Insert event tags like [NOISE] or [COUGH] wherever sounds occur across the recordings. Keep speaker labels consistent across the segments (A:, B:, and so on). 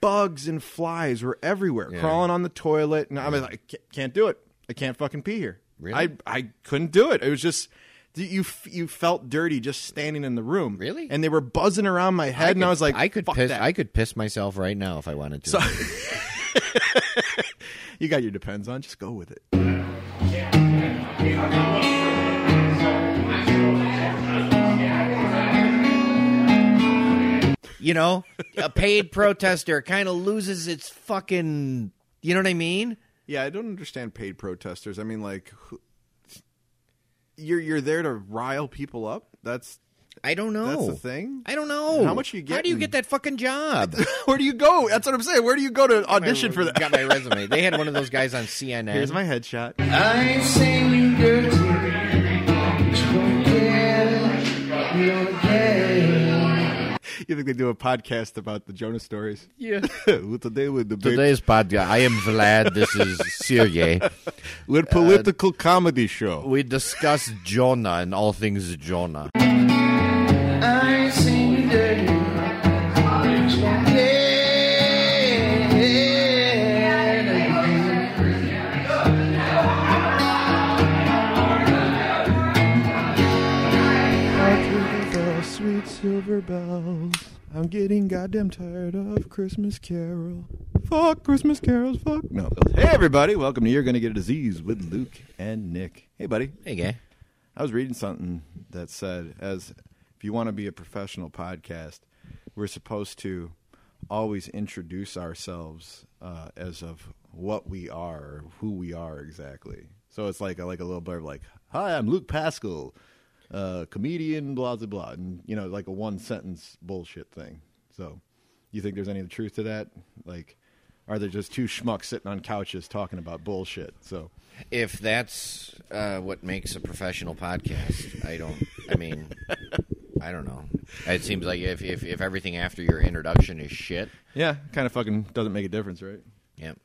A: bugs and flies were everywhere, crawling on the toilet. And I was like, I ca- can't do it. I can't fucking pee here.
B: Really?
A: I I couldn't do it. It was just you f- you felt dirty just standing in the room.
B: Really?
A: And they were buzzing around my head, and I was like,
B: I could
A: fuck
B: piss.
A: that.
B: I could piss myself right now if I wanted to.
A: you got your depends on. Just go with it.
B: [LAUGHS] you know, a paid protester kind of loses its fucking. You know what I mean?
A: Yeah, I don't understand paid protesters. I mean, like, who, you're you're there to rile people up. That's
B: I don't know.
A: That's the thing?
B: I don't know.
A: How much you
B: How do you
A: getting?
B: get that
A: [LAUGHS]
B: fucking job?
A: where do you go? That's what I'm saying. Where do you go to audition for
B: [LAUGHS] Got
A: that?
B: my resume. They had one of those guys on CNN.
A: Here's my headshot.
C: I've seen you dirty. Just don't care. You don't care.
A: You think they do a podcast about the Jonah stories?
B: Yeah.
A: [LAUGHS] What today with the big-
B: Today's podcast. I am Vlad. This is
A: [LAUGHS]
B: Sergey.
A: with political comedy show.
B: We discuss Jonah and all things Jonah.
C: I've seen you dirty. Just don't care.
A: sweet silver bells. I'm getting goddamn tired of Christmas Carol. Fuck Christmas carols. Fuck no. Hey everybody, welcome to You're Gonna Get a Disease with Luke and Nick. Hey buddy,
B: Hey, guy.
A: I was reading something that said, as if you want to be a professional podcast, we're supposed to always introduce ourselves uh, as of what we are, or who we are exactly. So it's like a, like a little blurb, like, "Hi, I'm Luke Pascal, uh, comedian, blah blah blah," and you know, like a one sentence bullshit thing. So, you think there's any truth to that? Like, are there just two schmucks sitting on couches talking about bullshit? So.
B: If that's uh, what makes a professional podcast, I don't. I mean, I don't know. It seems like if, if, if everything after your introduction is shit.
A: Yeah, kind of fucking doesn't make a difference, right?
B: Yep.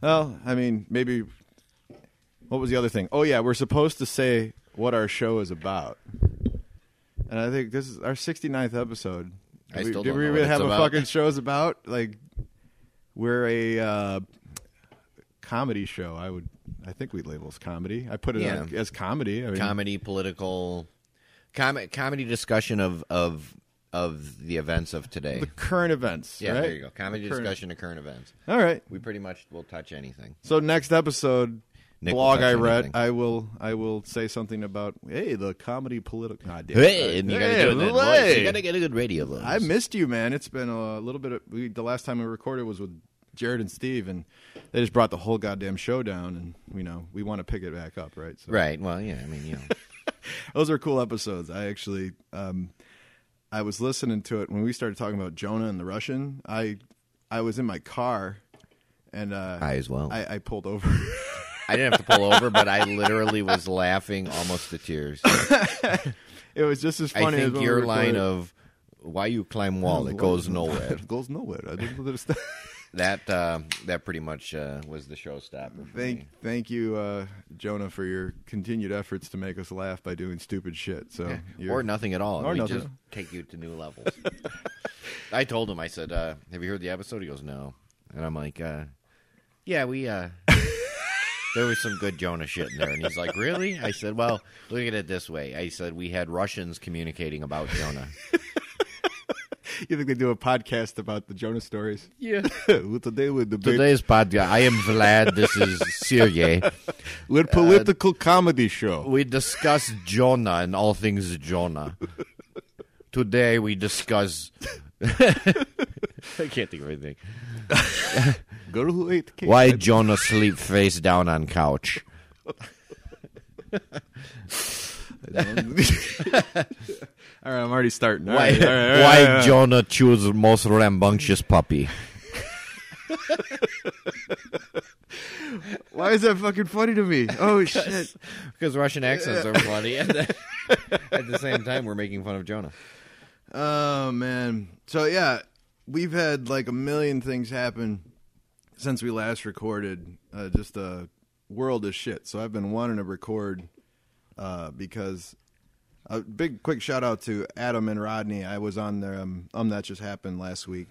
A: Well, I mean, maybe. What was the other thing? Oh yeah, we're supposed to say what our show is about, and I think this is our 69th episode.
B: I
A: Do we,
B: still
A: do
B: don't
A: we
B: know
A: really
B: what
A: have
B: it's
A: a
B: about.
A: fucking show's about? Like, we're a uh, comedy show. I would, I think we label as comedy. I put it
B: Yeah.
A: on as comedy. I mean,
B: Comedy, political, com- comedy discussion of of of the events of today.
A: the current events.
B: Yeah,
A: right?
B: there you go. Comedy
A: Current-
B: discussion of current events.
A: All right.
B: We pretty much will touch anything.
A: So next episode
B: Nick will
A: blog
B: touch
A: I
B: on
A: read,
B: anything.
A: I will I will say something about hey the comedy political. Nah, I did.
B: Hey, and you gotta
A: Hey,
B: do it in that
A: hey.
B: voice. You gotta get a good radio voice.
A: I missed you, man. It's been a little bit. Of, we, the last time we recorded was with Jared and Steve, and they just brought the whole goddamn show down. And you know we want to pick it back up, right? So
B: right. Well, yeah. I mean, you know,
A: those are cool episodes. I actually, um, I was listening to it when we started talking about Jonah and the Russian. I, I was in my car, and uh,
B: I as well.
A: [LAUGHS] I, I pulled over. [LAUGHS]
B: I didn't have to pull over, but I literally was laughing almost to tears.
A: it was just as
B: I
A: funny. as
B: think
A: when
B: your
A: we
B: line
A: recorded.
B: of "Why you climb
A: [LAUGHS]
B: wall? It goes nowhere."
A: It goes nowhere. I don't [LAUGHS] understand.
B: That uh, that pretty much uh, was the showstopper. For me.
A: thank, thank you, uh, Jonah, for your continued efforts to make us laugh by doing stupid shit. So, you're-
B: or nothing at all.
A: Or
B: we
A: nothing.
B: just take you to new levels. [LAUGHS] I told him. I said, uh, "Have you heard the episode?" He goes, "No," and I'm like, uh, "Yeah, we." Uh, [LAUGHS] there was some good Jonah shit in there, and he's like, "Really?" I said, "Well, look at it this way." I said, "We had Russians communicating about Jonah."
A: You think they do a podcast about the Jonah stories?
B: Yeah.
A: [LAUGHS] Well, today with the big,
B: podcast, I am Vlad. This is Sergey. uh,
A: with political comedy show.
B: We discuss Jonah and all things Jonah. Today we discuss. [LAUGHS] I can't think of anything.
A: Go to eight K.
B: Why Jonah sleep face down on couch?
A: All right, I'm already starting. [LAUGHS] All
B: Why,
A: right, all right, all right, all
B: why
A: right.
B: Jonah choose most rambunctious puppy?
A: Why is that fucking funny to me?
B: [LAUGHS]
A: Oh shit!
B: Because Russian accents are
A: [LAUGHS]
B: funny. And at the same time, we're making fun of Jonah.
A: Oh man. So yeah, we've had like a million things happen since we last recorded. Uh, just a world of shit. So I've been wanting to record uh, because a big quick shout out to Adam and Rodney. I was on their um, um that just happened last week,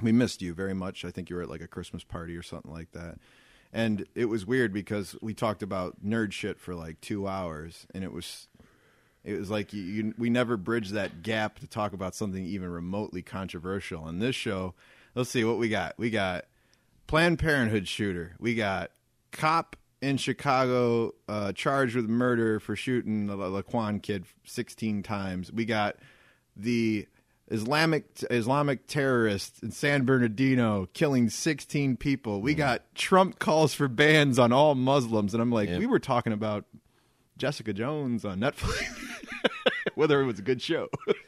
A: we missed you very much. I think you were at like a Christmas party or something like that. And it was weird because we talked about nerd shit for like two hours, and it was, it was like you, you we never bridged that gap to talk about something even remotely controversial. And this show, let's see what we got. We got Planned Parenthood shooter. We got cop in Chicago uh, charged with murder for shooting the La- Laquan kid 16 times. We got the Islamic Islamic terrorist in San Bernardino killing 16 people. We got Trump calls for bans on all Muslims, and I'm like, we were talking about Jessica Jones on Netflix, [LAUGHS] whether it was a good show. [LAUGHS]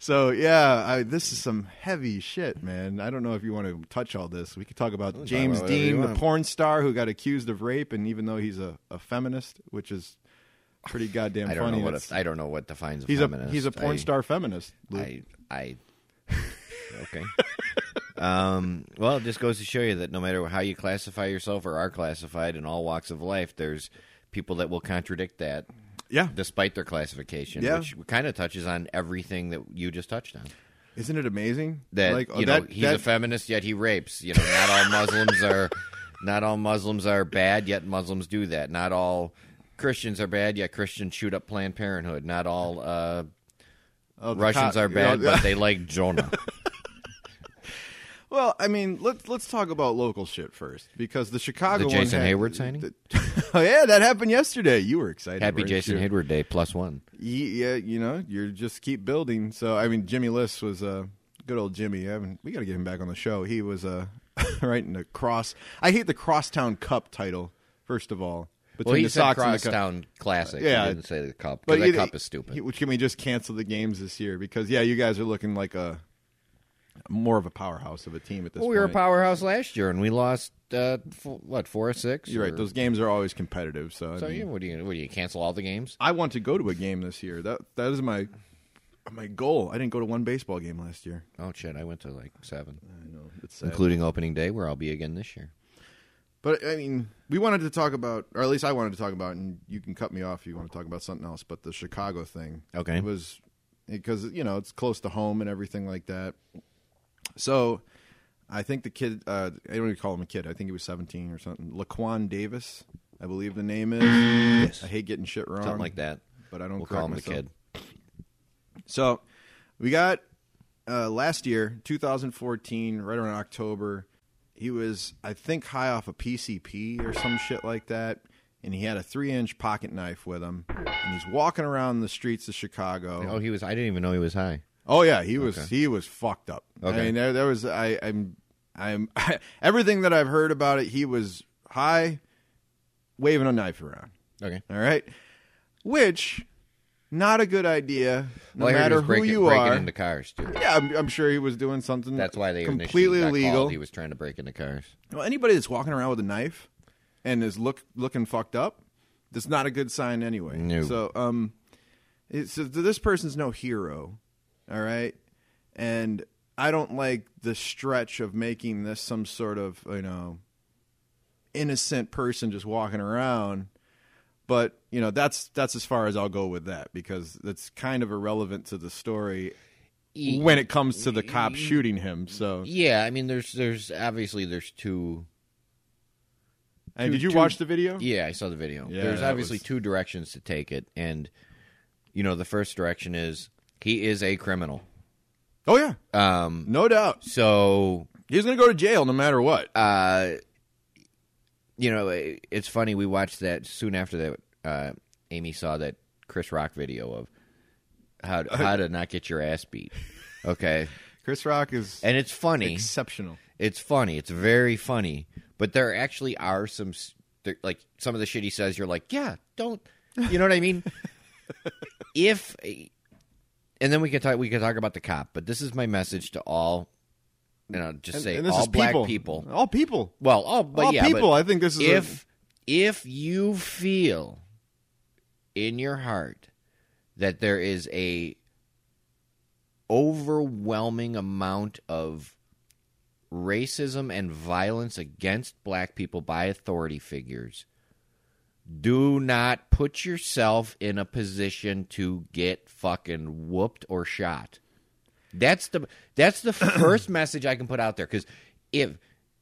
A: So yeah, I, this is some heavy shit, man. I don't know if you want to touch all this. We could talk about James
B: about whatever you
A: Dean, the
B: want.
A: porn star who got accused of rape, and even though he's a, a feminist, which is pretty goddamn
B: I don't
A: funny,
B: know what
A: it's-
B: a, I don't know what defines a
A: he's
B: feminist.
A: a he's a porn
B: I-
A: star feminist. Luke.
B: I, I,
A: [LAUGHS]
B: okay. um, well, it just goes to show you that no matter how you classify yourself or are classified in all walks of life, there's people that will contradict that
A: yeah,
B: despite their classification,
A: Yeah.
B: which kind of touches on everything that you just touched on.
A: isn't it amazing?
B: That
A: like oh,
B: you know
A: that,
B: he's
A: that-
B: a feminist, yet he rapes. You know, not all Muslims are not all Muslims are bad, yet Muslims do that. Not all Christians are bad, yet Christians shoot up Planned Parenthood. Not all uh,
A: oh, the
B: Russians
A: cop-
B: are bad,
A: yeah. [LAUGHS]
B: but they like Jonah.
A: Well, I mean, let's let's talk about local shit first because the Chicago
B: The Jason
A: one had-
B: Hayward signing?
A: the- [LAUGHS] oh yeah, that happened yesterday. You were excited.
B: Happy
A: weren't
B: Jason
A: you?
B: Hayward Day plus one.
A: Ye- yeah, you know, you're just keep building. So I mean, Jimmy List was a uh, good old Jimmy. I haven't- we got to get him back on the show. He was uh, [LAUGHS] right in the cross. I hate the Crosstown Cup title. First of all, between
B: Well, he
A: the
B: said
A: Sox and the Cup.
B: Crosstown Classic.
A: Yeah.
B: he didn't say the cup. But that
A: either-
B: cup is stupid.
A: he- Can we just cancel the games this year? Because yeah, you guys are looking like a more of a powerhouse of a team at this
B: well, we
A: point.
B: were a powerhouse last year, and we lost uh, f- what four or six.
A: You're right.
B: or-
A: Those games are always competitive. So, I
B: So
A: mean,
B: you, what do you? What do you cancel all the games?
A: I want to go to a game this year. That that is my my goal. I didn't go to one baseball game last year.
B: Oh shit! I went to like seven,
A: I know it's sad.
B: including opening day, where I'll be again this year.
A: But I mean, we wanted to talk about, or at least I wanted to talk about, and you can cut me off if you want to talk about something else. But the Chicago thing,
B: Okay.
A: was because you know it's close to home and everything like that. So, I think the kid, uh, I don't even call him a kid. I think he was seventeen or something. Laquan Davis, I believe the name is. Yes. I hate getting shit wrong,
B: Something like that.
A: But I don't
B: We'll
A: correct
B: call him
A: myself.
B: the kid.
A: So we got uh, last year, 2014, right around October. He was, I think, high off a PCP or some shit like that. And he had a three inch pocket knife with him. And he's walking around the streets of Chicago.
B: Oh, he was. I didn't even know he was high.
A: Oh, yeah. He was,
B: Okay.
A: he was fucked up.
B: Okay.
A: I mean, there, there was, I, I'm, I'm, [LAUGHS] everything that I've heard about it, he was high, waving a knife around.
B: Okay.
A: All right. Which, not a good idea, no
B: well, I heard he
A: matter
B: was
A: who
B: breaking,
A: you
B: breaking
A: are.
B: into cars too.
A: Yeah, I'm, I'm sure he was doing something.
B: That's why they initially
A: completely
B: got
A: illegal.
B: Called. He was trying to break into cars.
A: Well, anybody that's walking around with a knife and is look looking fucked up, that's not a good sign anyway.
B: No.
A: So, um, it, so th- this person's no hero, all right. And I don't like the stretch of making this some sort of you know innocent person just walking around. But you know that's that's as far as I'll go with that because that's kind of irrelevant to the story
B: He-
A: when it comes to the cop shooting him. So,
B: Yeah, I mean, there's, there's obviously there's two
A: and
B: two-
A: did you
B: two-
A: watch the video?
B: Yeah, I saw the video.
A: Yeah,
B: There's
A: that
B: obviously
A: was-
B: two directions to take it, and you know the first direction is he is a criminal.
A: Oh yeah,
B: Um,
A: no doubt.
B: so
A: He's gonna go to jail no matter what.
B: uh, you know it- it's funny. We watched that soon after that. Uh, Amy saw that Chris Rock video of how
A: [LAUGHS]
B: how to not get your ass beat. Okay,
A: Chris Rock is
B: and it's funny.
A: exceptional.
B: It's funny. It's very funny. But there actually are some s- there, like some of the shit he says. You're like, yeah, don't. You know what I mean?
A: [LAUGHS]
B: if and then we can talk. We can talk about the cop. But this is my message to all. You know, just say all black people.
A: All people.
B: Well, all but
A: all
B: yeah,
A: people.
B: But
A: I think this is a-
B: if if you feel in your heart that there is a overwhelming amount of racism and violence against black people by authority figures do not put yourself in a position to get fucking whooped or shot That's the that's
A: [CLEARS THROAT]
B: the first message I can put out there. Because if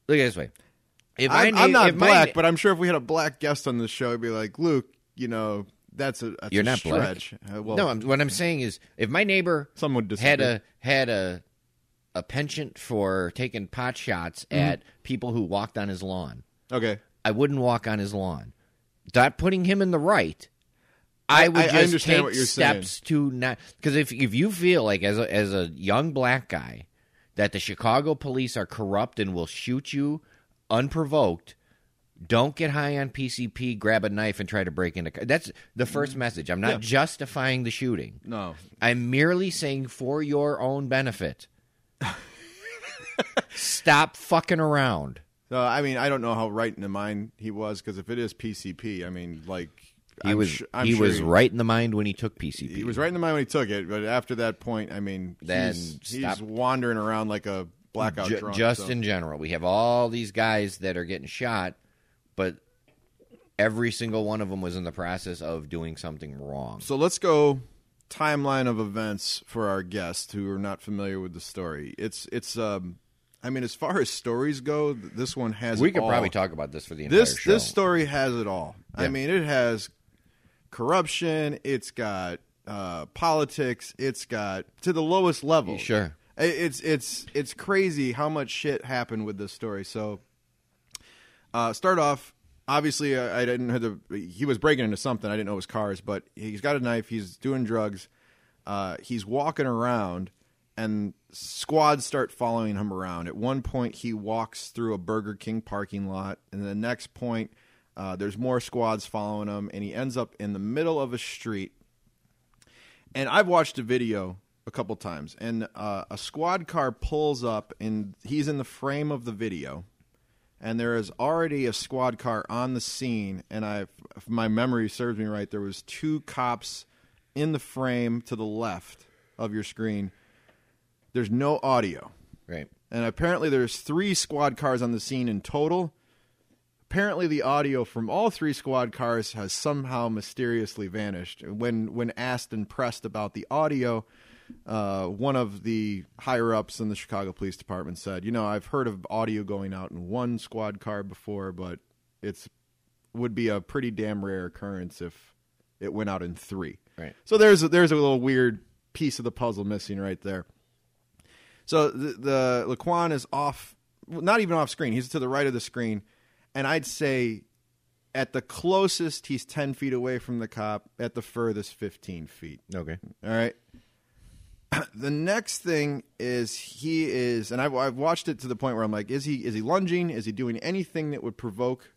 B: look at it this way, if my
A: I'm, I'm
B: na-
A: not
B: if my
A: black,
B: na-
A: but I'm sure if we had a black guest on the show, it'd be like, Luke, you know, that's a that's
B: You're
A: a
B: not black.
A: stretch. Uh, well,
B: no, I'm, what I'm saying is, if my neighbor
A: some would disagree.
B: had a had a a penchant for taking pot shots
A: Mm-hmm.
B: at people who walked on his lawn,
A: okay.
B: I wouldn't walk on his lawn. Not putting him in the right. I would
A: I- I
B: just
A: understand
B: take
A: what you're saying.
B: steps to not because if if you feel like as a, as a young black guy that the Chicago police are corrupt and will shoot you unprovoked, don't get high on PCP, grab a knife and try to break into. ca- That's the first message. I'm not justifying the shooting.
A: No,
B: I'm merely saying for your
A: [LAUGHS]
B: own benefit. Stop fucking around.
A: So I mean, I don't know how right in the mind he was because if it is PCP, I mean, like
B: He
A: I'm
B: was
A: su- I'm
B: he
A: sure
B: was right in the mind when he took PCP.
A: He was right in the mind when he took it, but after that point, I mean,
B: Then
A: he's,
B: stop.
A: he's wandering around like a blackout
B: Ju-
A: drunk.
B: just
A: so-
B: in general. We have all these guys that are getting shot, but every single one of them was in the process of doing something wrong.
A: So let's go timeline of events for our guests who are not familiar with the story. It's it's um, I mean, as far as stories go, th- this one has
B: we
A: it
B: could
A: all.
B: probably talk about this for the entire
A: this
B: show.
A: this story has it all. I mean, it has corruption. It's got uh, politics. It's got to the lowest level.
B: Sure.
A: I- it's it's it's crazy how much shit happened with this story. So, uh, start off. Obviously, I, I didn't know the he was breaking into something. I didn't know it was cars, but he's got a knife. He's doing drugs. Uh, he's walking around, and squads start following him around. At one point, he walks through a Burger King parking lot, and the next point, uh, there's more squads following him, and he ends up in the middle of a street and I've watched a video a couple times, and uh, a squad car pulls up, and he's in the frame of the video, and there is already a squad car on the scene, and I, if my memory serves me right, there was two cops in the frame to the left of your screen. There's no audio.
B: right.
A: And apparently, there's three squad cars on the scene in total. Apparently, the audio from all three squad cars has somehow mysteriously vanished. When when asked and pressed about the audio, uh, one of the higher ups in the Chicago Police Department said, "You know, I've heard of audio going out in one squad car before, but it's would be a pretty damn rare occurrence if it went out in three.
B: Right.
A: So there's a, there's a little weird piece of the puzzle missing right there. So the, the Laquan is off, well, not even off screen. He's to the right of the screen, and I'd say at the closest he's ten feet away from the cop. At the furthest, fifteen feet.
B: Okay.
A: All right. [CLEARS THROAT] The next thing is he is, and I've, I've watched it to the point where I'm like, is he is he lunging? Is he doing anything that would provoke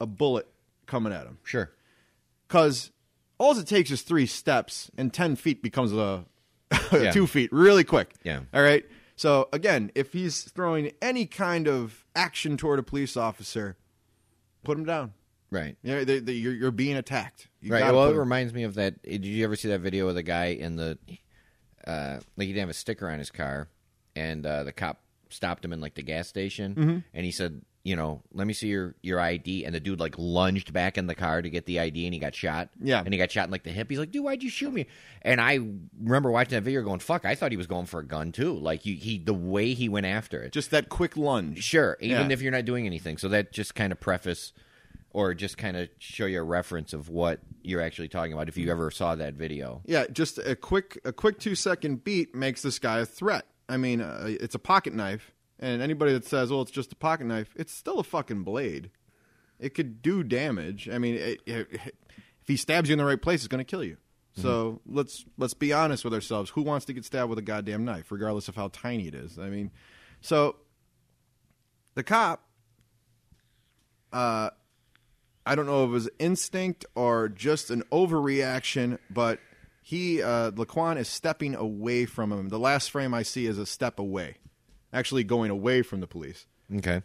A: a bullet coming at him?
B: Sure.
A: Because all it takes is three steps, and ten feet becomes a [LAUGHS]
B: Yeah.
A: two feet really quick.
B: Yeah.
A: All right. So again, if he's throwing any kind of action toward a police officer, put him down.
B: Right.
A: You know, they, they, you're, you're being attacked. You
B: Right.
A: gotta
B: Well,
A: put
B: it
A: him-
B: reminds me of that. Did you ever see that video of the guy in the, uh, like he didn't have a sticker on his car, and uh, the cop stopped him in like the gas station,
A: Mm-hmm.
B: and he said, you know, let me see your your ID, and the dude like lunged back in the car to get the ID, and he got shot.
A: Yeah.
B: And he got shot in like the hip. He's like, dude, why'd you shoot me? And I remember watching that video, going, fuck, I thought he was going for a gun too. Like you, he, the way he went after it.
A: just that quick lunge.
B: Sure, even
A: Yeah.
B: if you're not doing anything. So that just kind of preface or just kind of show you a reference of what you're actually talking about if you ever saw that video.
A: Yeah, just a quick a quick two second beat makes this guy a threat. I mean, uh, it's a pocket knife, and anybody that says, "Well, it's just a pocket knife," it's still a fucking blade. It could do damage. I mean, it, it, if he stabs you in the right place, it's going to kill you. So let's let's be honest with ourselves. Who wants to get stabbed with a goddamn knife, regardless of how tiny it is? I mean, so the cop I don't know if it was instinct or just an overreaction, but he uh, Laquan is stepping away from him. The last frame I see is a step away, actually going away from the police.
B: Okay.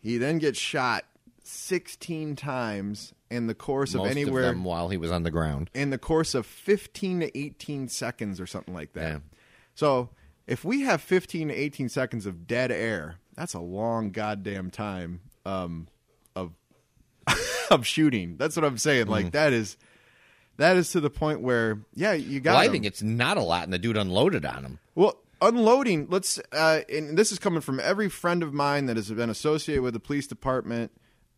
A: He then gets shot sixteen times in the course
B: Most
A: of anywhere
B: of them while he was on the ground.
A: in the course of 15 to 18 seconds or something like that.
B: Yeah.
A: So if we have 15 to 18 seconds of dead air, that's a long goddamn time [LAUGHS]
B: Mm-hmm.
A: um, of of shooting. That's what I'm saying. Like that is that is to the point where yeah, you got.
B: Well, I
A: him.
B: think it's not a lot, and the dude unloaded on him.
A: Well, unloading. Let's. Uh, and this is coming from every friend of mine that has been associated with the police department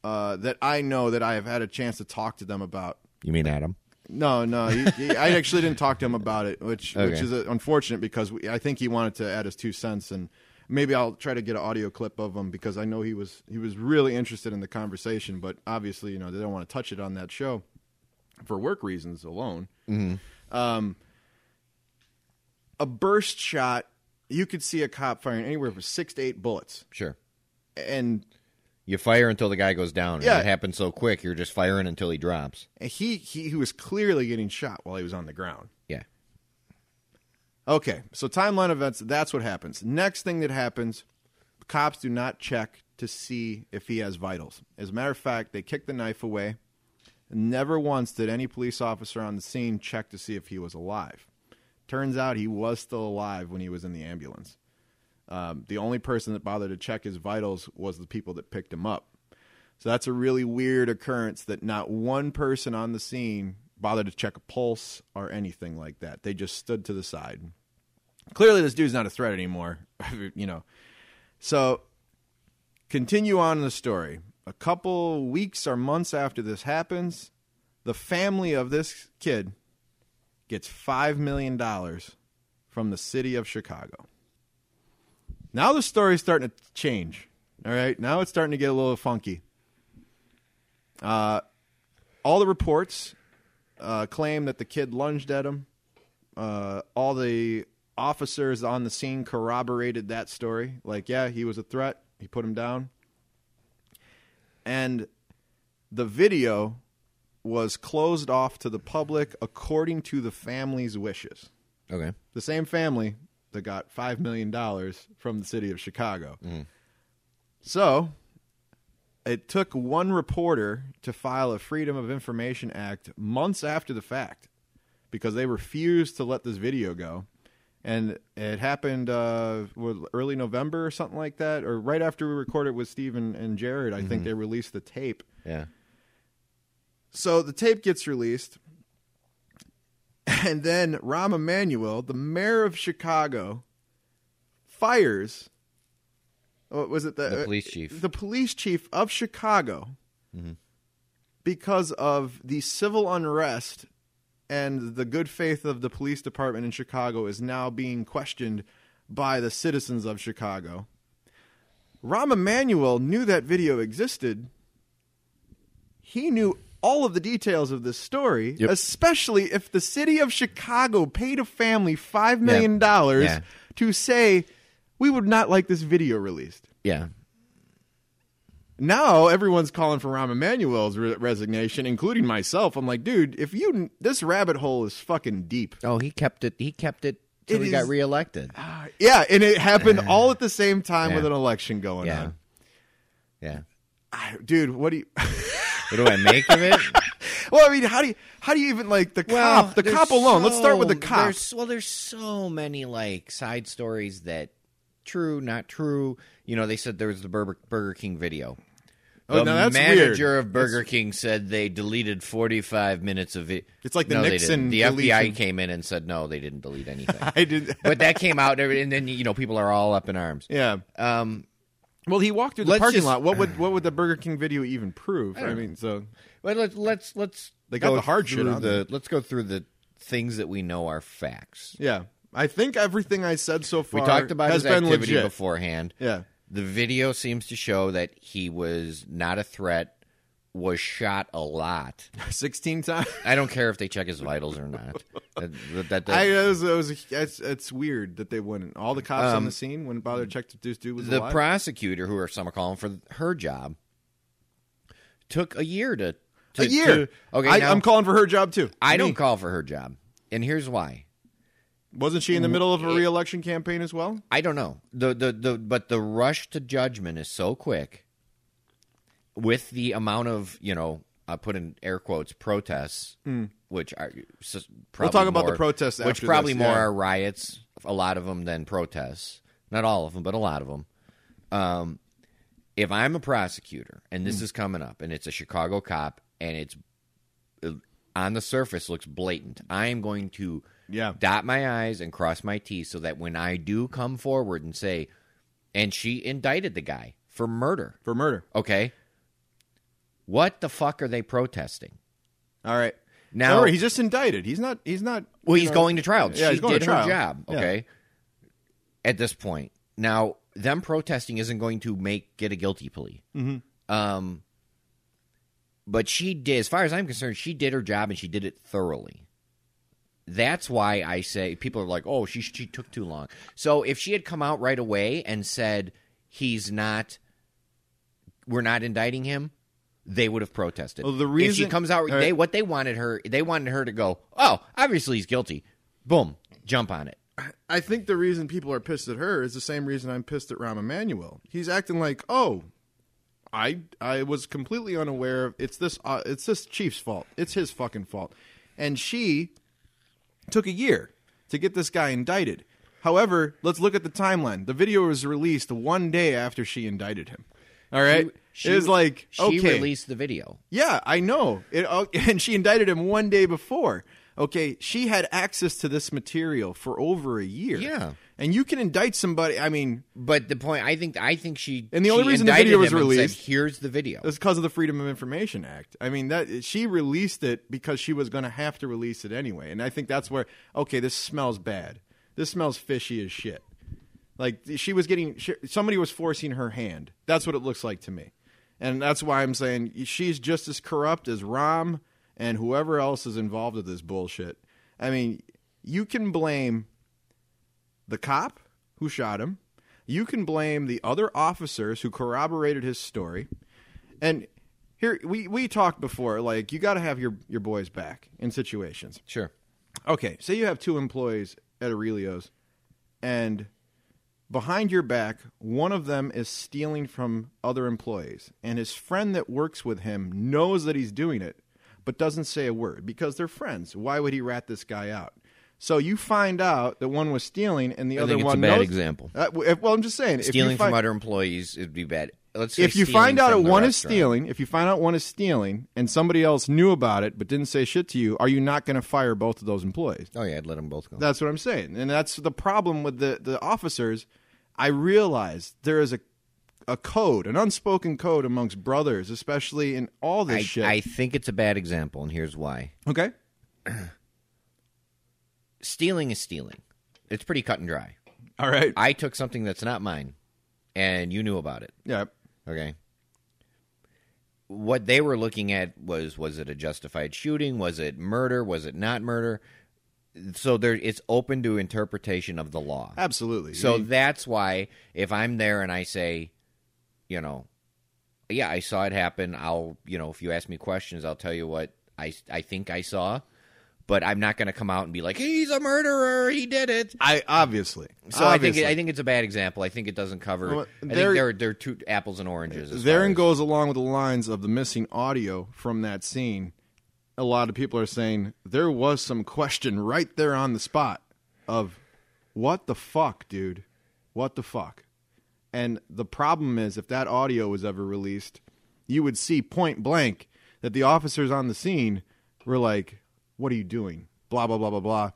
A: uh, that I know that I have had a chance to talk to them about.
B: You mean Adam?
A: No, no, he, he, I actually didn't talk to him about it, which which
B: Okay.
A: is uh, unfortunate because we, I think he wanted to add his two cents, and maybe I'll try to get an audio clip of him because I know he was he was really interested in the conversation, but obviously you know they don't want to touch it on that show for work reasons alone. Um, a burst shot, you could see a cop firing anywhere from six to eight bullets,
B: Sure.
A: and
B: You fire until the guy goes down.
A: Yeah.
B: And it happens so quick. You're just firing until he drops.
A: he he, he was clearly getting shot while he was on the ground.
B: Yeah.
A: Okay, so timeline events, that's what happens. Next thing that happens, cops do not check to see if he has vitals. As a matter of fact, they kick the knife away. Never once did any police officer on the scene check to see if he was alive. Turns out he was still alive when he was in the ambulance. Um, the only person that bothered to check his vitals was the people that picked him up. So that's a really weird occurrence that not one person on the scene bothered to check a pulse or anything like that. They just stood to the side. Clearly, this dude's not a threat anymore, [LAUGHS] you know. So continue on in the story. A couple weeks or months after this happens, the family of this kid gets $5 million from the city of Chicago. Now the story's starting to change. All right, now it's starting to get a little funky. Uh, all the reports uh, claim that the kid lunged at him. Uh, all the officers on the scene corroborated that story. Like, yeah, he was a threat. He put him down. And the video was closed off to the public according to the family's wishes
B: Okay.
A: the same family that got five million dollars from the city of Chicago. So it took one reporter to file a Freedom of Information Act months after the fact because they refused to let this video go. And it happened uh, was early November or something like that, or right after we recorded with Steve and, and Jared. I think they released the tape.
B: Yeah.
A: So the tape gets released, and then Rahm Emanuel, the mayor of Chicago, fires. What was it? The,
B: The police chief.
A: Uh,
B: Mm-hmm.
A: The police chief of Chicago because of the civil unrest and the good faith of the police department in Chicago is now being questioned by the citizens of Chicago. Rahm Emanuel knew that video existed. He knew all of the details of this story,
B: Yep.
A: especially if the city of Chicago paid a family $5 million
B: Yeah.
A: to say, we would not like this video released.
B: Yeah.
A: Now everyone's calling for Rahm Emanuel's re- resignation, including myself. I'm like, dude, if you this rabbit hole is fucking deep.
B: Oh, he kept it. He kept it till
A: It
B: he got
A: is-
B: reelected.
A: Yeah, and it happened all at the same time
B: Uh, Yeah.
A: with an election going
B: Yeah.
A: on.
B: Yeah.
A: I, dude, what do you? [LAUGHS]
B: What do I make of [LAUGHS] it?
A: well, I mean, how do you how do you even like the cop? The
B: there's
A: cop alone. Let's start with the
B: so-
A: cop.
B: there's- well, there's so many like side stories that true, not true. You know, they said there was the Burger, Burger King video.
A: Oh,
B: the
A: now that's
B: manager
A: weird.
B: of Burger King said they deleted 45 minutes of it.
A: It's like the
B: no, they
A: Nixon
B: didn't. The FBI
A: deletion.
B: came in and said no, they didn't delete anything.
A: [LAUGHS]
B: [LAUGHS]
A: I did.
B: but that came out, and then you know people are all up in arms.
A: [LAUGHS] yeah. Uh,
B: Um,
A: Well, he walked through the
B: Let's
A: parking
B: just-
A: lot. What
B: [SIGHS]
A: would what would the Burger King video even prove? I, mean, so
B: But let's let's let's
A: They got the hard shit
B: through
A: on
B: the
A: there.
B: let's go through the things that we know are facts.
A: yeah. I think everything I said so far
B: We talked about
A: has
B: his
A: been
B: activity
A: legit.
B: beforehand. [LAUGHS]
A: Yeah.
B: The video seems to show that he was not a threat, was shot a lot.
A: 16 times.
B: I don't care if they check his vitals or not. That, that, that-
A: I it was, it was it's, it's weird that they wouldn't. All the cops on the scene wouldn't bother to check if this dude was
B: Um, the
A: alive.
B: prosecutor, who are some are calling for her job, took a year to, to
A: a year.
B: to- okay,
A: I,
B: now,
A: I'm calling for her job too.
B: I
A: Me.
B: don't call for her job, and here's why.
A: Wasn't she in the middle of a reelection campaign as well?
B: I don't know. The the the but the rush to judgment is so quick with the amount of, you know, I put in air quotes protests, which are uh, s- probably
A: Hmm. talk about the
B: more-
A: protests
B: which
A: after
B: probably
A: this,
B: more
A: yeah.
B: are riots, a lot of them than protests. Not all of them, but a lot of them. Um, if
D: Hmm.
B: I'm a prosecutor and this is coming up and it's a Chicago cop and it's uh, on the surface looks blatant. I am going to
D: Yeah.
B: dot my I's and cross my T's so that when I do come forward and say, and she indicted the guy for murder,
D: for murder.
B: okay? What the fuck are they protesting?
D: All right.
B: Now,
D: Remember, he's just indicted. He's not. He's not.
B: well,
D: you
B: he's
D: know-
B: going to trial.
D: Yeah,
B: she
D: he's going
B: did
D: to trial.
B: her job.
D: Yeah.
B: Okay. At this point, now them protesting isn't going to make get a guilty plea.
D: Mm-hmm.
B: Um, but she did, as far as I'm concerned, she did her job and she did it thoroughly. That's why I say people are like, "Oh, she she took too long." So if she had come out right away and said he's not, we're not indicting him, they would have protested.
D: Well, the
B: if she
D: reason-
B: comes out,
D: all
B: they
D: right.
B: what they wanted her, they wanted her to go. Oh, obviously he's guilty. Boom, jump on it.
A: I think the reason people are pissed at her is the same reason I'm pissed at Rahm Emanuel. He's acting like, oh, I I was completely unaware. of It's this uh, it's this chief's fault. It's his fucking fault. And she took a year to get this guy indicted. However, let's look at the timeline. The video was released one day after she indicted him. All right,
B: She
A: it was like
B: she
A: okay,
B: released the video.
A: yeah, I know. It, oh, [LAUGHS] and she indicted him one day before. Okay, she had access to this material for over a year.
B: Yeah.
A: and you can indict somebody. I mean,
B: But the point, I think, I think she
A: And the only
B: she
A: reason the
B: indicted
A: video was
B: him and said,
A: released-
B: Here's the video.
A: it's because of the Freedom of Information Act. I mean, that she released it because she was going to have to release it anyway. And I think that's where okay, this smells bad. This smells fishy as shit. Like she was getting she, somebody was forcing her hand. That's what it looks like to me. And that's why I'm saying she's just as corrupt as Rom and whoever else is involved with this bullshit. I mean, you can blame the cop who shot him. You can blame the other officers who corroborated his story. And here we we talked before like you got to have your your boys back in situations.
B: Sure.
A: Okay, say you have two employees at Aurelio's, and behind your back, one of them is stealing from other employees, and his friend that works with him knows that he's doing it, but doesn't say a word because they're friends. Why would he rat this guy out? So you find out that one was stealing, and the other
B: think it's
A: one
B: a bad
A: knows-
B: example.
A: Uh, w- if- well, I'm just saying, if you
B: Stealing
A: find-
B: from other employees would be bad. Let's say
A: if you
B: stealing
A: find out
B: from
A: that
B: the
A: one is
B: restaurant.
A: stealing, if you find out one is stealing, and somebody else knew about it but didn't say shit to you, are you not going to fire both of those employees?
B: Oh yeah, I'd let them both go.
A: That's what I'm saying, and that's the problem with the the officers. I realize there is a a code, an unspoken code amongst brothers, especially in all this
B: I,
A: shit.
B: I think it's a bad example, and here's why.
A: okay,
B: Stealing is stealing. It's pretty cut and dry.
A: all right,
B: I took something that's not mine, and you knew about it.
A: yeah,
B: Okay. What they were looking at was was it a justified shooting? Was it murder? Was it not murder? So there, it's open to interpretation of the law.
A: absolutely.
B: So
A: You-
B: that's why if I'm there and I say, you know, yeah, I saw it happen. I'll, you know, if you ask me questions, I'll tell you what I I think I saw, but I'm not going to come out and be like, he's a murderer, he did it.
A: I obviously.
B: So
A: obviously.
B: I think I think it's a bad example. I think it doesn't cover.
A: Well,
B: I think
A: there-
B: they're they're two apples and oranges. as far
A: Therein
B: as-
A: goes along with the lines of the missing audio from that scene. A lot of people are saying there was some question right there on the spot of what the fuck, dude? What the fuck? And the problem is, if that audio was ever released, you would see point blank that the officers on the scene were like, "What are you doing?" Blah blah blah blah blah.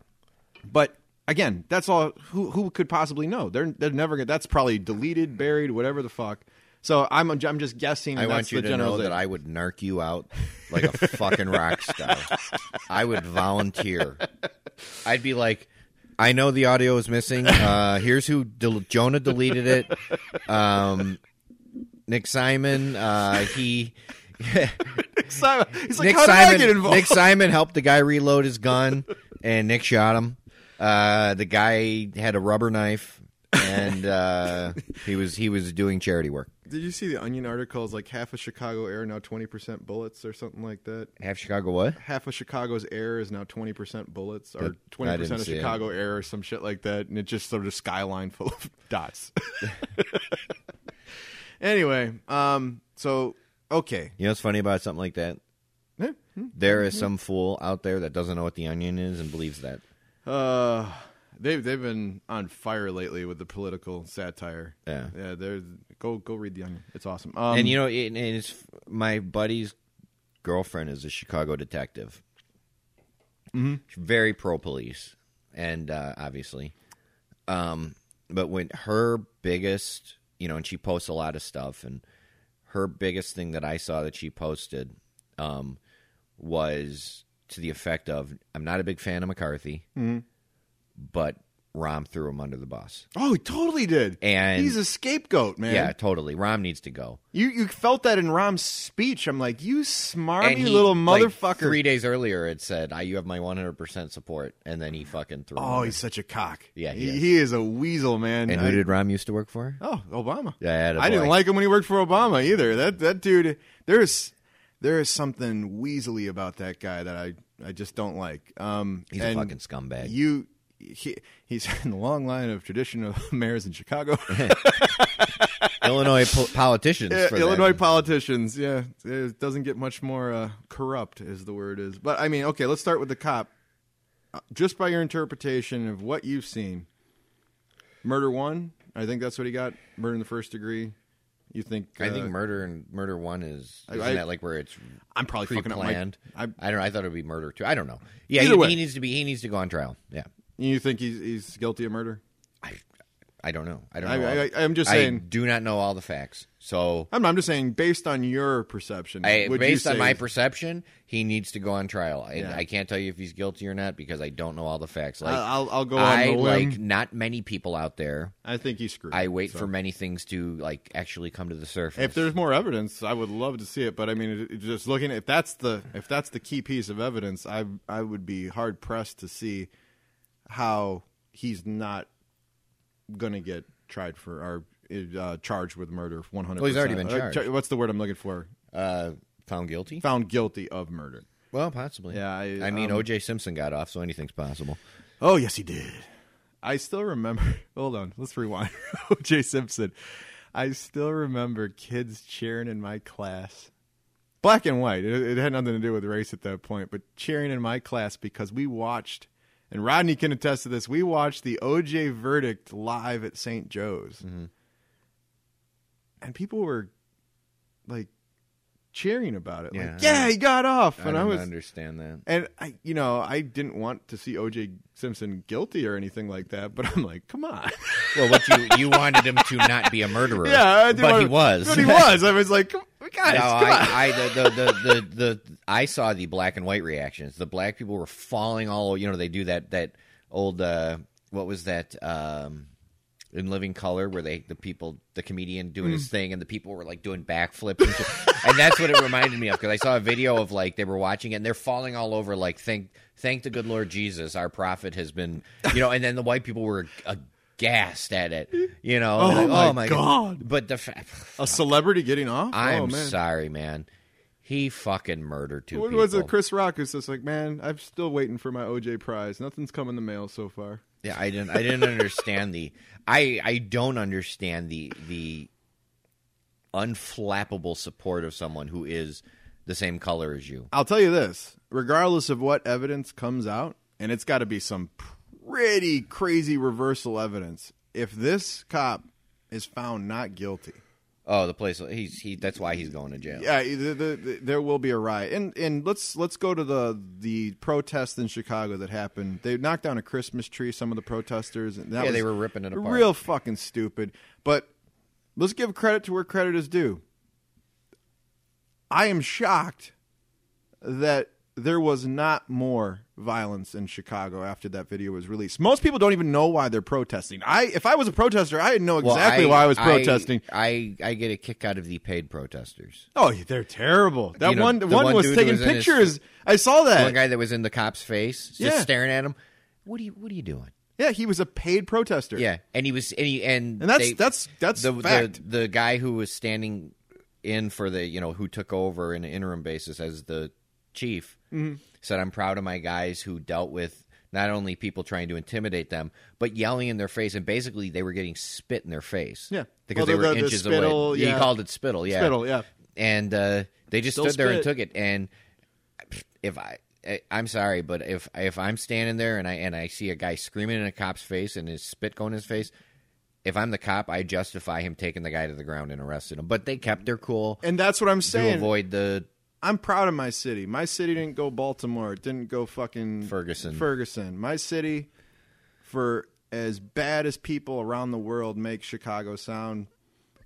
A: But again, that's all. Who who could possibly know? They're they're never gonna. That's probably deleted, buried, whatever the fuck. So I'm I'm just guessing.
B: I
A: and
B: want
A: that's
B: you
A: the
B: to know that
A: generalization.
B: I would narc you out like a fucking rock star. I would volunteer. I'd be like, I know the audio is missing. Uh, here's who del- Jonah deleted it. Um, Nick Simon. Uh, he
A: Simon, he's like,
B: Nick
A: how
B: Simon.
A: did I get involved? [LAUGHS]
B: Nick Simon helped the guy reload his gun, and Nick shot him. Uh, the guy had a rubber knife, and uh, he was he was doing charity work.
A: Did you see the Onion articles? Like half of Chicago air now 20% bullets or something like that.
B: Half Chicago what?
A: half of Chicago's air is now 20% bullets or
B: I
A: 20%
B: didn't
A: of
B: see it.
A: Chicago air or some shit like that. And it's just sort of skyline full of [LAUGHS] dots. anyway, um, so, okay.
B: You know what's funny about something like that?
A: Eh,
B: There is some fool out there that doesn't know what the onion is and believes that.
A: Uh, they've, they've been on fire lately with the political satire.
B: Yeah.
A: Yeah. They're, go, go read The Onion. It's awesome. Um,
B: and you know, it, and it's my buddy's girlfriend is a Chicago detective,
A: Mm-hmm.
B: She's very pro police, and uh, obviously, um, but when her biggest, you know, and she posts a lot of stuff, and her biggest thing that I saw that she posted um, was to the effect of, "I'm not a big fan of McCarthy,
A: Mm-hmm.
B: but Rom threw him under the bus."
A: Oh, he totally did.
B: And-
A: he's a scapegoat, man.
B: Yeah, totally. Rom needs to go.
A: You you felt that in Rom's speech. I'm like, you smarmy
B: And he,
A: little
B: like,
A: motherfucker.
B: three days earlier, it said, "I, you have my 100 percent support," and then he fucking threw. him
A: oh,
B: under.
A: he's such a cock.
B: Yeah, he
A: he,
B: is.
A: he is a weasel, man.
B: And
A: I-
B: who did Rom used to work for?
A: Oh, Obama.
B: Yeah, attaboy.
A: I didn't like him when he worked for Obama either. That that dude, there's there is something weaselly about that guy that I I just don't like. Um,
B: He's
A: and
B: a fucking scumbag.
A: You, he, he's [LAUGHS] in the long line of traditional [LAUGHS] mayors in Chicago,
B: Illinois
A: [LAUGHS]
B: po- politicians.
A: Yeah,
B: for that.
A: Illinois politicians. Yeah, it doesn't get much more uh, corrupt, as the word is. But I mean, okay, let's start with the cop. Uh, Just by your interpretation of what you've seen, murder one. I think that's what he got. Murder in the first degree. You think?
B: I think
A: uh,
B: murder and murder one is
A: I-
B: isn't
A: I-
B: that like where it's
A: I'm probably fucking up my-
B: pre-planned. I,
A: I-
B: don't. know. I thought it would be murder two. I don't know. Yeah,
A: Either
B: he,
A: way.
B: he needs to be. He needs to go on trial. Yeah,
A: You think he's he's guilty of murder?
B: I, I don't know. I don't.
A: I-
B: know all-
A: I- I- I'm just
B: I
A: saying-
B: do not know all the facts. So
A: I'm, I'm just saying, based on your perception,
B: I,
A: would you
B: based on
A: say-
B: my perception, he needs to go on trial. And
A: Yeah.
B: I can't tell you if he's guilty or not because I don't know all the facts. Like
A: I'll, I'll go on
B: I
A: the limb.
B: like not many people out there.
A: I think he's screwed.
B: I wait
A: So-
B: for many things to like actually come to the surface.
A: If there's more evidence, I would love to see it. But I mean, it, it- just looking if that's the if that's the key piece of evidence, I I would be hard pressed to see how he's not going to get tried for or uh, charged with murder. One hundred. Uh,
B: Well, he's already been charged.
A: what's the word I'm looking for?
B: uh, found guilty,
A: Found guilty of murder.
B: well, possibly.
A: Yeah, I-
B: I mean,
A: um,
B: O.J. Simpson got off, so anything's possible.
A: Oh yes, he did. I still remember. [LAUGHS] Hold on, let's rewind. [LAUGHS] O.J. Simpson. I still remember kids cheering in my class, black and white. It, it had nothing to do with race at that point, but cheering in my class because we watched, and Rodney can attest to this. We watched the O.J. verdict live at St. Joe's, and people were like cheering about it.
B: Yeah,
A: like,
B: I
A: yeah, he got off,
B: I
A: and
B: don't
A: I was
B: understand that.
A: and I, you know, I didn't want to see O.J. Simpson guilty or anything like that, but I'm like, come on.
B: Well, what you you wanted him to not be a
A: [LAUGHS]
B: murderer?
A: yeah, I didn't
B: but
A: want [LAUGHS]
B: he
A: to-
B: was.
A: But he was. I was like, come, guys,
B: No,
A: come
B: [LAUGHS]
A: on.
B: I, I the, the, the, the, the I saw the black and white reactions. The black people were falling all. You know, they do that that old uh, what was that um, in Living Color where they the people the comedian doing
A: Mm.
B: his thing and the people were like doing backflips and shit. and that's what it reminded me of because I saw a video of like they were watching it and they're falling all over like thank thank the good Lord Jesus our prophet has been you know and then the white people were. aghast at it, you know.
A: Oh,
B: like,
A: my God.
B: But the fa-
A: A celebrity getting off?
B: I'm
A: oh, man.
B: sorry, man. He fucking murdered two
A: What
B: people.
A: was it? Chris Rock is just like, man, I'm still waiting for my O.J. prize. Nothing's come in the mail so far.
B: Yeah, I didn't. I didn't understand the. I I don't understand the the unflappable support of someone who is the same color as you.
A: I'll tell you this, regardless of what evidence comes out, and it's got to be some pretty crazy reversal evidence. If this cop is found not guilty,
B: Oh, the place. He's he. That's why he's going to jail.
A: Yeah, the, the, the, there will be a riot, and and let's let's go to the the protests in Chicago that happened. They knocked down a Christmas tree. Some of the protesters, and that
B: Yeah, they
A: was
B: were ripping it apart.
A: Real fucking stupid. But let's give credit to where credit is due. I am shocked that there was not more violence in Chicago after that video was released. Most people don't even know why they're protesting. I, if I was a protester, I'd know
B: Well,
A: exactly why I was protesting.
B: I, I get a kick out of the paid protesters.
A: Oh, they're terrible. That
B: You know,
A: one,
B: the
A: one,
B: one
A: was
B: dude
A: taking
B: who was in his-
A: pictures. I saw
B: The
A: that.
B: one guy that was in the cop's face, just
A: Yeah.
B: staring at him. What are you? What are you doing?
A: yeah, he was a paid protester.
B: Yeah, and he was and he, and,
A: and that's
B: they-
A: that's that's
B: the,
A: fact.
B: the the guy who was standing in for the you know who took over in an interim basis as the chief
A: Mm-hmm.
B: said, "I'm proud of my guys who dealt with not only people trying to intimidate them, but yelling in their face, and basically they were getting spit in their face,
A: Yeah.
B: because
A: Well,
B: they
A: the-
B: were
A: the- the
B: inches
A: spittle,
B: away. He
A: yeah.
B: called it spittle, yeah,
A: Spittle, yeah.
B: and uh, they just
A: Still
B: stood there
A: spit.
B: and took it. And if I. I- I'm sorry, but if if I'm standing there and I and I see a guy screaming in a cop's face and his spit going in his face, if I'm the cop, I justify him taking the guy to the ground and arresting him. But they kept their cool
A: and that's what I'm
B: to
A: saying.
B: avoid the
A: I'm proud of my city. My city didn't go Baltimore. It didn't go fucking
B: Ferguson.
A: Ferguson. My city, for as bad as people around the world make Chicago sound,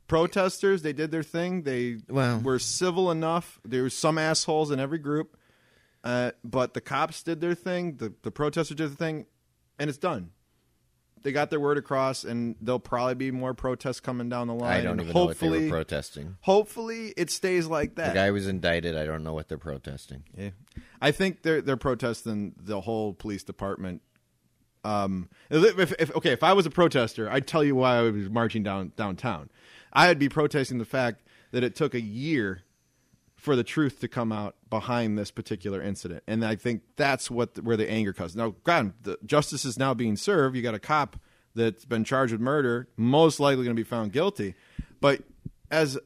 A: protesters they did their thing. They
B: Well-
A: were civil enough. There were some assholes in every group, uh, but the cops did their thing. The the protesters did their thing, and it's done. They got their word across, and there'll probably be more protests coming down the line.
B: I don't
A: and
B: even know what they
A: hopefully,
B: were protesting.
A: Hopefully, it stays like that.
B: The guy was indicted. I don't know what they're protesting.
A: Yeah, I think they're they're protesting the whole police department. Um, if, if- if- okay, if I was a protester, I'd tell you why I was marching down downtown. I'd be protesting the fact that it took a year for the truth to come out behind this particular incident, and I think that's what where the anger comes. Now, God, the justice is now being served. You got a cop that's been charged with murder, most likely going to be found guilty, but as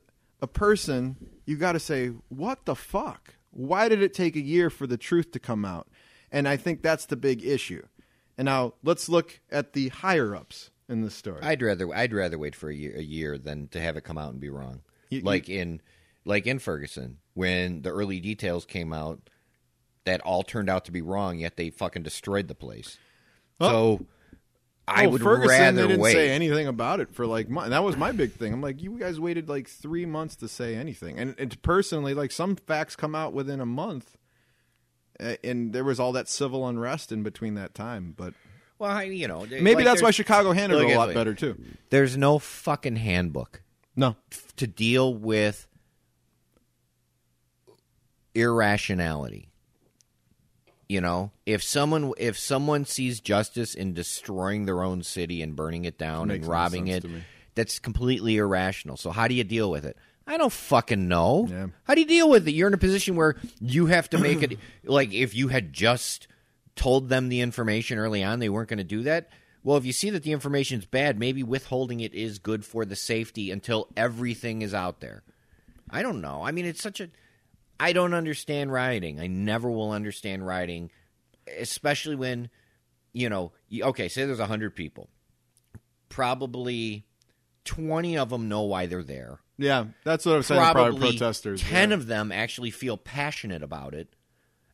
A: a person, you got to say, what the fuck? Why did it take a year for the truth to come out? And I think that's the big issue. And now let's look at the higher ups in this story.
B: I'd rather I'd rather wait for a year, a year than to have it come out and be wrong.
A: You-
B: like in like in Ferguson, when the early details came out, that all turned out to be wrong. Yet they fucking destroyed the place. so I
A: Oh,
B: would
A: Ferguson,
B: rather
A: they didn't
B: wait.
A: say anything about it for like months. That was my big thing. I'm like, you guys waited like three months to say anything. And, and personally, like some facts come out within a month, uh, and there was all that civil unrest in between that time. But
B: well, I, you know, they-
A: maybe
B: like,
A: that's why
B: there's-
A: Chicago handled
B: Look
A: it
B: at
A: a lot
B: it.
A: better too.
B: There's no fucking handbook
A: No,
B: to deal with irrationality. You know, if someone if someone sees justice in destroying their own city and burning it down and
A: Makes no
B: robbing
A: sense
B: it,
A: to me.
B: that's completely irrational. So how do you deal with it? I don't fucking know.
A: Yeah.
B: How do you deal with it? You're in a position where you have to make it like if you had just told them the information early on, they weren't going to do that. Well, if you see that the information's bad, maybe withholding it is good for the safety until everything is out there. I don't know. I mean, it's such a. I don't understand rioting. I never will understand rioting, especially when, you know, you- okay, say there's 100 people. Probably 20 of them know why they're there.
A: yeah, that's what I was saying.
B: Probably
A: Probably protesters.
B: 10
A: yeah.
B: of them actually feel passionate about it.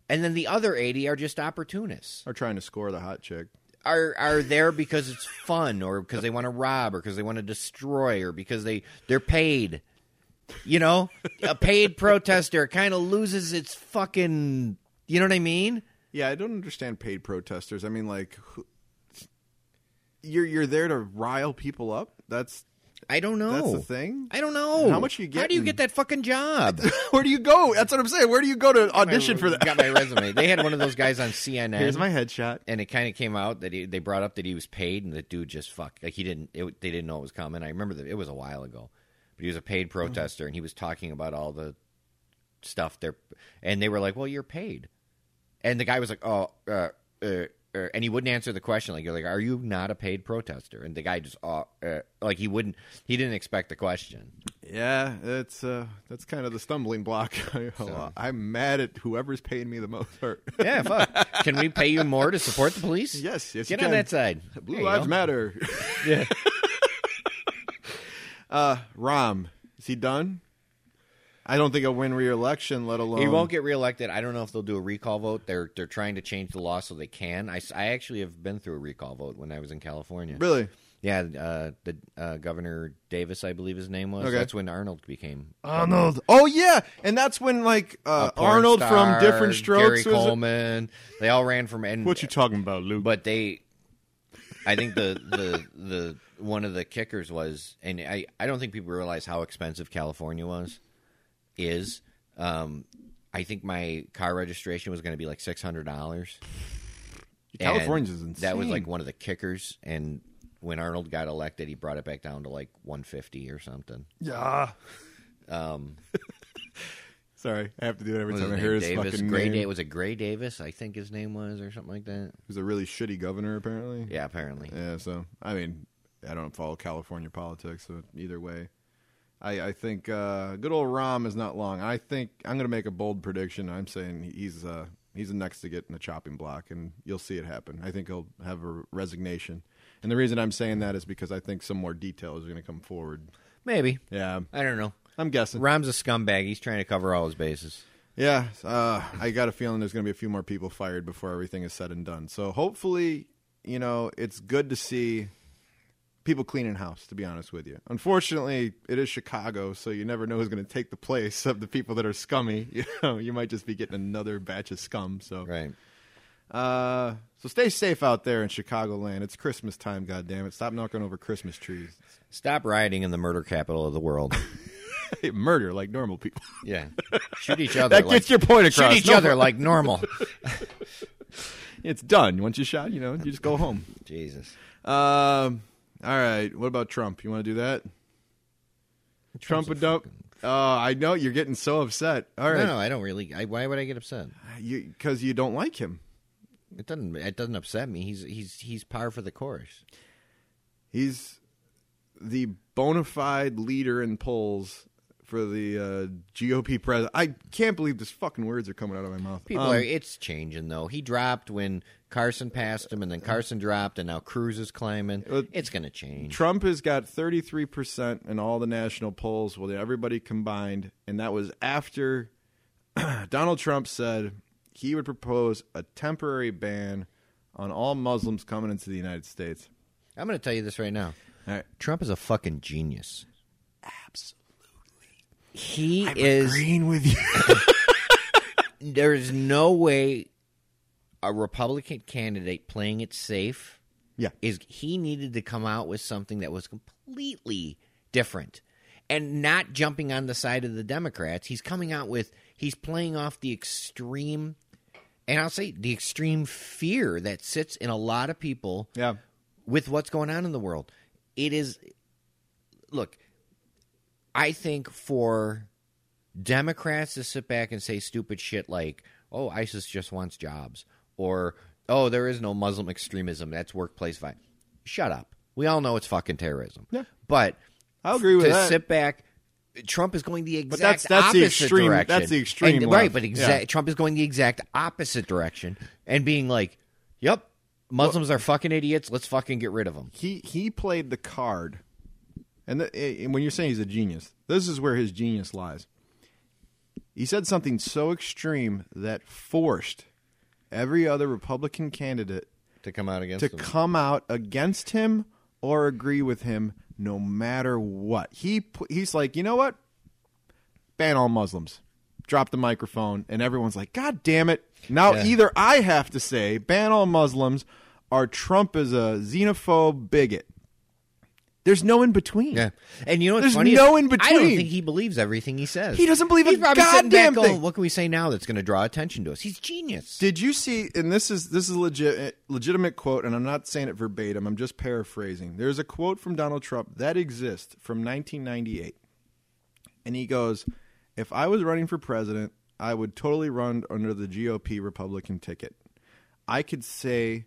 B: And then the other 80 are just opportunists.
A: are trying to score the hot chick.
B: Are are there because it's fun or because they want to rob or because they want to destroy or because they they're paid. You know, a paid protester kind of loses its fucking, you know what I mean?
A: Yeah, I don't understand paid protesters. I mean, like, who, you're you're there to rile people up. That's
B: I don't know.
A: that's the thing.
B: I don't know.
A: How much you
B: How do you
A: getting?
B: get that fucking job?
A: Where do you go? That's what I'm saying. Where do you go to [LAUGHS] audition for that?
B: Got my resume. They had one of those guys on CNN.
A: headshot.
B: and it kind of came out that he, they brought up that he was paid, and the dude just fuck like he didn't. It, they didn't know it was coming. I remember that it was a while ago, but he was a paid
A: Mm-hmm.
B: protester, and he was talking about all the stuff there, and they were like, "Well, you're paid," and the guy was like, "Oh," uh, uh, uh, and he wouldn't answer the question. Like you're like, "Are you not a paid protester?" And the guy just, uh, uh, like he wouldn't, he didn't expect the
A: [LAUGHS]
B: question.
A: Yeah, that's uh, that's kind of the stumbling block. [LAUGHS] I'm mad at whoever's paying me the most. Or
B: Yeah, fuck. can we pay you more to support the police?
A: [LAUGHS] Yes, yes,
B: Get
A: you
B: on
A: can.
B: that side.
A: Blue
B: There you
A: Lives
B: go. [LAUGHS]
A: Matter.
B: Yeah.
A: [LAUGHS] uh, Rom, is he done? I don't think he'll win re-election, let alone
B: He won't get reelected. I don't know if they'll do a recall vote. They're they're trying to change the law so they can. I, s- I actually have been through a recall vote when I was in California.
A: really.
B: Yeah, uh, the uh, Governor Davis, I believe his name was.
A: Okay.
B: That's when Arnold became
A: Arnold. Oh yeah, and that's when like
B: a
A: uh,
B: porn
A: Arnold
B: star,
A: from Different Strokes
B: Gary
A: was.
B: Coleman. They all ran from and
A: What you talking about, Luke?
B: but they i think the the the one of the kickers was and i i don't think people realize how expensive california was is um i think my car registration was going to be like $600 And
A: California's is insane.
B: that was like one of the kickers and when arnold got elected he brought it back down to like 150 or something
A: yeah.
B: um
A: [LAUGHS] Sorry, I have to do it every
B: was
A: time I
B: his
A: hear
B: name
A: his
B: davis
A: fucking
B: gray
A: name.
B: Da- it was it gray davis i think his name was or something like that
A: He was a really shitty governor, apparently.
B: yeah apparently
A: Yeah, so I mean, I don't follow California politics, so either way, I, I think uh, good old Rom is not long. I think I'm going to make a bold prediction. I'm saying he's uh, he's the next to get in the chopping block, and you'll see it happen. I think he'll have a resignation, and the reason I'm saying that is because I think some more details are going to come forward.
B: maybe
A: Yeah,
B: i don't know
A: I'm guessing.
B: Rom's a scumbag. He's trying to cover all his bases.
A: Yeah, uh, I got a feeling there's going to be a few more people fired before everything is said and done. So hopefully, you know, it's good to see people cleaning house. To be honest with you, unfortunately, it is Chicago, so you never know who's going to take the place of the people that are scummy. [LAUGHS] You know, you might just be getting another batch of scum. So,
B: Right.
A: uh, so stay safe out there in Chicagoland. It's Christmas time. God damn it! Stop knocking over Christmas trees. [LAUGHS]
B: Stop rioting in the murder capital of the world.
A: Murder like normal people. [LAUGHS]
B: Yeah. Shoot each other.
A: That
B: like,
A: gets your point across.
B: shoot each
A: No,
B: other like normal.
A: It's done. Once you shot, you know, you just [LAUGHS] go home.
B: Jesus.
A: Um. All right. What about Trump? You want to do that? Trump a dump. Oh, I know you're getting so upset. All
B: No,
A: right,
B: no, I don't really. I, why would I get upset?
A: because you, don't like him.
B: It doesn't. It doesn't upset me. He's he's he's par for the course.
A: He's the bona fide leader in polls for the uh, GOP president. I can't believe these fucking words are coming out of my mouth.
B: People
A: Um,
B: are. It's changing though. He dropped when Carson passed him, and then Carson dropped, and now Cruz is climbing.
A: Uh,
B: it's going to change.
A: Trump has got 33% in all the national polls with everybody combined. And that was after [CLEARS THROAT] Donald Trump said he would propose a temporary ban on all Muslims coming into the United States.
B: I'm going to tell you this right now.
A: All right.
B: Trump is a fucking genius. Absolutely. He is
A: with you.
B: [LAUGHS] there is no way a Republican candidate playing it safe.
A: Yeah.
B: Is he needed to come out with something that was completely different and not jumping on the side of the Democrats. He's coming out with he's playing off the extreme and I'll say the extreme fear that sits in a lot of people
A: Yeah.
B: with what's going on in the world. It is look, I think for Democrats to sit back and say stupid shit like, "Oh, ISIS just wants jobs," or "Oh, there is no Muslim extremism. That's workplace violence." Shut up. We all know it's fucking terrorism.
A: Yeah.
B: But
A: I agree with
B: to
A: that.
B: sit back. Trump is going the exact
A: that's- that's the
B: opposite
A: extreme-
B: direction.
A: that's the extreme
B: And- right?
A: left.
B: But
A: Yeah.
B: exact Trump is going the exact opposite direction and being like, "Yep, Muslims are fucking idiots. Let's fucking get rid of them."
A: he he played the card, and, the, eh, and when you're saying he's a genius, this is where his genius lies. He said something so extreme that forced every other Republican candidate
B: to come out against
A: to
B: them.
A: come out against him or agree with him, no matter what. He pu- he's like, you know what? Ban all Muslims. Drop the microphone, and everyone's like, God damn it! Now
B: Yeah.
A: either I have to say ban all Muslims, or Trump is a xenophobe bigot. There's no in between.
B: Yeah, and you know what's
A: There's
B: funny?
A: no
B: is
A: in
B: I don't
A: between.
B: think he believes everything he says.
A: He doesn't believe
B: He's
A: a
B: probably sitting back
A: goddamn
B: going,
A: thing.
B: What can we say now that's going to draw attention to us? He's genius.
A: Did you see? And this is this is legit eh, legitimate quote, and I'm not saying it verbatim. I'm just paraphrasing. There's a quote from Donald Trump that exists from 1998, and he goes, "If I was running for president, I would totally run under the GOP Republican ticket. I could say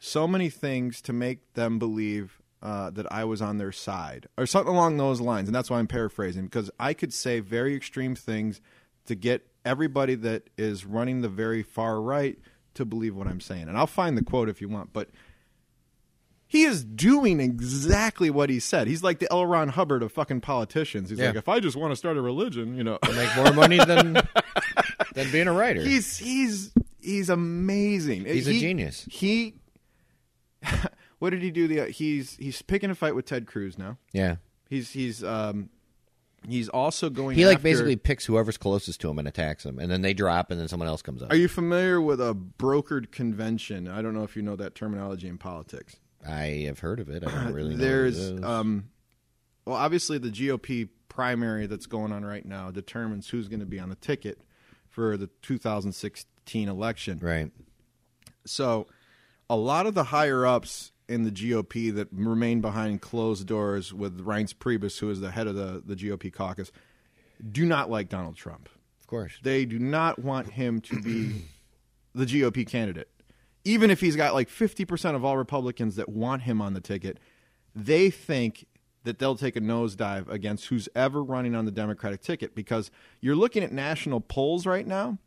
A: so many things to make them believe." Uh, that I was on their side, or something along those lines, and that's why I'm paraphrasing because I could say very extreme things to get everybody that is running the very far right to believe what I'm saying. And I'll find the quote if you want, but he is doing exactly what he said. He's like the L. Ron Hubbard of fucking politicians. He's
B: Yeah.
A: like, if I just want to start a religion,
B: [LAUGHS]
A: you know,
B: Make more money
A: [LAUGHS]
B: than than being a writer.
A: he's he's he's amazing.
B: He's a genius.
A: He, [LAUGHS] what did he do? The he's he's picking a fight with Ted Cruz now.
B: yeah,
A: He's he's um he's also going.
B: he like
A: after-
B: basically picks whoever's closest to him and attacks him, and then they drop, and then someone else comes up.
A: Are you familiar with a brokered convention? I don't know if you know that terminology in politics.
B: I have heard of it. I don't really. know what it
A: There's,
B: is.
A: um, well, obviously the GOP primary that's going on right now determines who's going to be on the ticket for the 2016 election.
B: right.
A: So, a lot of the higher ups in the GOP that remain behind closed doors with Reince Priebus, who is the head of the, the GOP caucus, do not like Donald Trump.
B: Of course.
A: They do not want him to be the GOP candidate. Even if he's got like 50% of all Republicans that want him on the ticket, they think that they'll take a nosedive against who's ever running on the Democratic ticket because you're looking at national polls right now.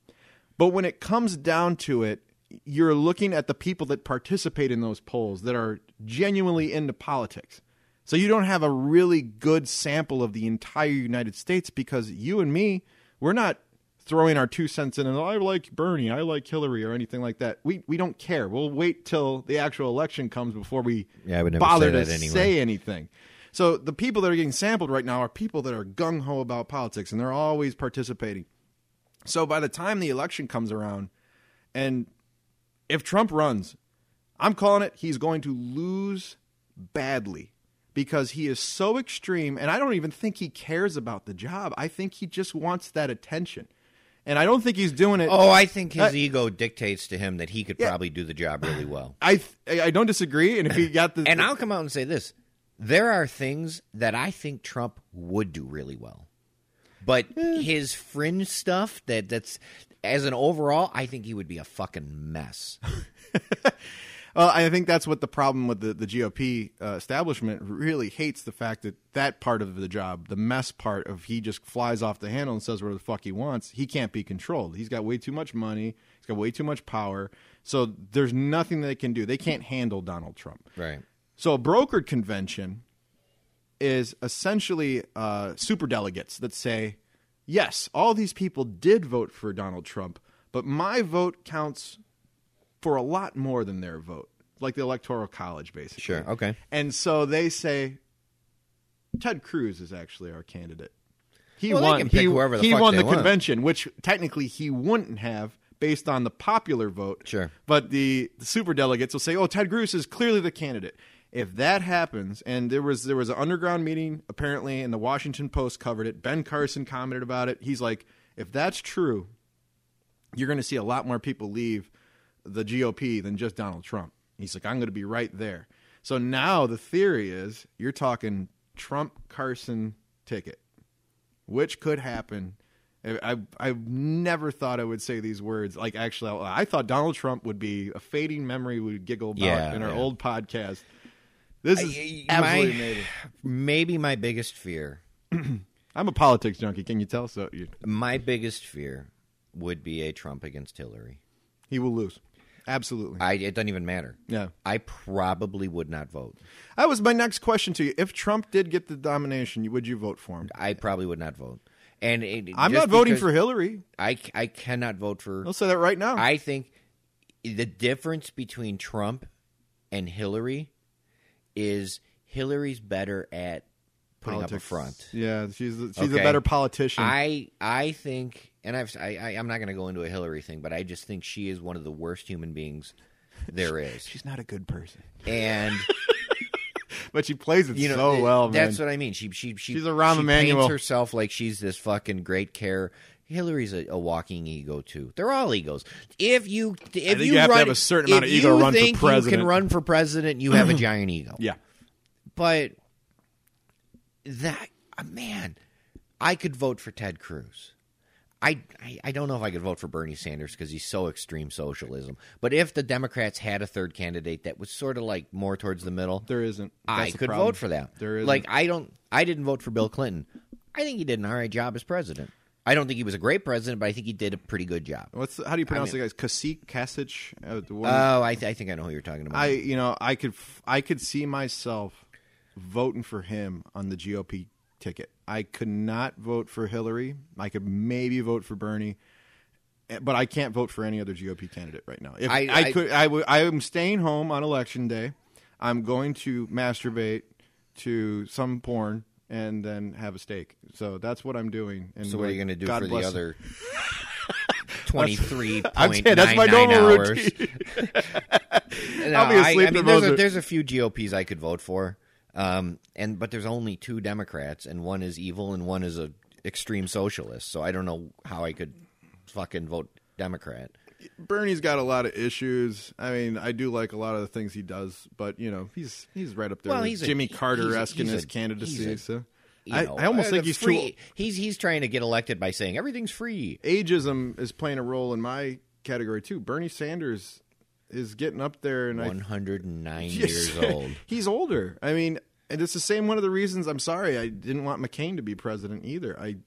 A: But when it comes down to it, you're looking at the people that participate in those polls that are genuinely into politics. So you don't have a really good sample of the entire United States because you and me, we're not throwing our two cents in and I like Bernie, I like Hillary, or anything like that. We we don't care. We'll wait till the actual election comes before we
B: Yeah, I would never
A: bother
B: say
A: to
B: that anyway.
A: say anything. So the people that are getting sampled right now are people that are gung ho about politics and they're always participating. So by the time the election comes around, and if Trump runs, I'm calling it, he's going to lose badly because he is so extreme. And I don't even think he cares about the job. I think he just wants that attention. And I don't think he's doing it.
B: Oh, I think his
A: Uh,
B: ego dictates to him that he could
A: Yeah.
B: probably do the job really well.
A: I th- I don't disagree. And if he got the.
B: [LAUGHS] And I'll come out and say this: there are things that I think Trump would do really well, but his fringe stuff that that's as an overall, I think he would be a fucking
A: [LAUGHS]
B: mess.
A: Well, I think that's what the problem with the, the GOP uh, establishment really hates the fact that that part of the job, the mess part of he just flies off the handle and says where the fuck he wants, he can't be controlled. He's got way too much money, he's got way too much power. So there's nothing they can do. They can't handle Donald Trump.
B: Right.
A: So a brokered convention is essentially uh, superdelegates that say, yes, all these people did vote for Donald Trump, but my vote counts for a lot more than their vote, like the Electoral College, basically.
B: Sure. Okay.
A: And so they say, Ted Cruz is actually our candidate. He
B: Well, they
A: won.
B: can pick
A: he
B: whoever the
A: he
B: fuck
A: won
B: they
A: the
B: want.
A: convention, which technically he wouldn't have based on the popular vote.
B: Sure.
A: But the, the superdelegates will say, "Oh, Ted Cruz is clearly the candidate." If that happens, and there was there was an underground meeting apparently, and the Washington Post covered it. Ben Carson commented about it. He's like, "If that's true, you're going to see a lot more people leave the GOP than just Donald Trump. He's like, I'm going to be right there. So now the theory is you're talking Trump Carson ticket, which could happen. I, I I never thought I would say these words. Like actually, I, I thought Donald Trump would be a fading memory we would giggle about
B: Yeah,
A: in our
B: yeah.
A: old podcast. This is
B: I- I- my-
A: absolutely amazing.
B: Maybe my biggest fear
A: I'm a politics junkie. Can you tell? So you,
B: my biggest fear would be a Trump against Hillary.
A: he will lose. Absolutely.
B: I it doesn't even matter.
A: yeah.
B: I probably would not vote.
A: That was my next question to you. If Trump did get the nomination, would you vote for him?
B: I probably would not vote. And it,
A: I'm
B: just
A: not voting
B: because
A: for Hillary.
B: I I cannot vote for.
A: I'll say that right now.
B: I think the difference between Trump and Hillary is Hillary's better at putting up a front.
A: Yeah, she's she's a
B: Okay.
A: better politician.
B: I I think, and I've I, I I'm not going to go into a Hillary thing, but I just think she is one of the worst human beings
A: [LAUGHS]
B: there is,
A: she's not a good person,
B: and.
A: but she plays it
B: you know,
A: so
B: th-
A: well, man.
B: That's what I mean. She she, she
A: She's a Rahm
B: she
A: Emanuel.
B: paints herself like she's this fucking great care. Hillary's a, a walking ego too. They're all egos. If you if
A: think
B: you,
A: you have to
B: run,
A: have a certain amount
B: if
A: of ego to
B: you
A: run for
B: think You
A: president.
B: can run for president.
A: [CLEARS THROAT]
B: You have a giant ego.
A: yeah,
B: But that uh, man, I could vote for Ted Cruz. I, I, I don't know if I could vote for Bernie Sanders because he's so extreme socialism. But if the Democrats had a third candidate that was sort of like more towards the middle,
A: there isn't.
B: I
A: That's the
B: could
A: problem.
B: vote for that.
A: There isn't.
B: Like I don't. I didn't vote for Bill Clinton. I think he did an all right job as president. I don't think he was a great president, but I think he did a pretty good job.
A: What's the- how do you pronounce the guys? Kasich, Kasich. Uh, the one,
B: Oh, I, th- I think I know who you're talking about.
A: I you know I could f- I could see myself voting for him on the GOP ticket. I could not vote for Hillary. I could maybe vote for Bernie, eh, but I can't vote for any other GOP candidate right now. If I,
B: I- I-
A: could, I would. I am staying home on election day. I'm going to masturbate to some porn and then have a steak. So that's what I'm doing. And
B: so what are you
A: like,
B: going to do
A: God
B: for the
A: bless him.
B: other [LAUGHS] twenty three
A: [LAUGHS] I'm
B: point
A: saying that's
B: nine
A: my
B: nine
A: normal
B: hours?
A: [LAUGHS] routine.
B: No,
A: I'll be
B: I-
A: asleep
B: I,
A: in
B: mean,
A: those
B: there's a,
A: are-
B: there's a few GOPs I could vote for, um, and but there's only two Democrats, and one is evil, and one is a extreme socialist. So I don't know how I could fucking vote Democrat.
A: Bernie's got a lot of issues. I mean, I do like a lot of the things he does, but you know, he's he's right up there
B: Well,
A: with
B: he's a-
A: Jimmy
B: he's a-
A: Carter esque in
B: he's a-
A: his candidacy.
B: he's a-
A: so
B: you
A: I,
B: know,
A: I almost
B: uh,
A: think
B: the
A: he's
B: free,
A: too
B: He's he's trying to get elected by saying everything's free.
A: ageism is playing a role in my category too. Bernie Sanders is getting up there, and
B: One
A: I
B: hundred and nine
A: [LAUGHS] Yes.
B: years old.
A: he's older. I mean, and it's the same one of the reasons I'm sorry I didn't want McCain to be president either. I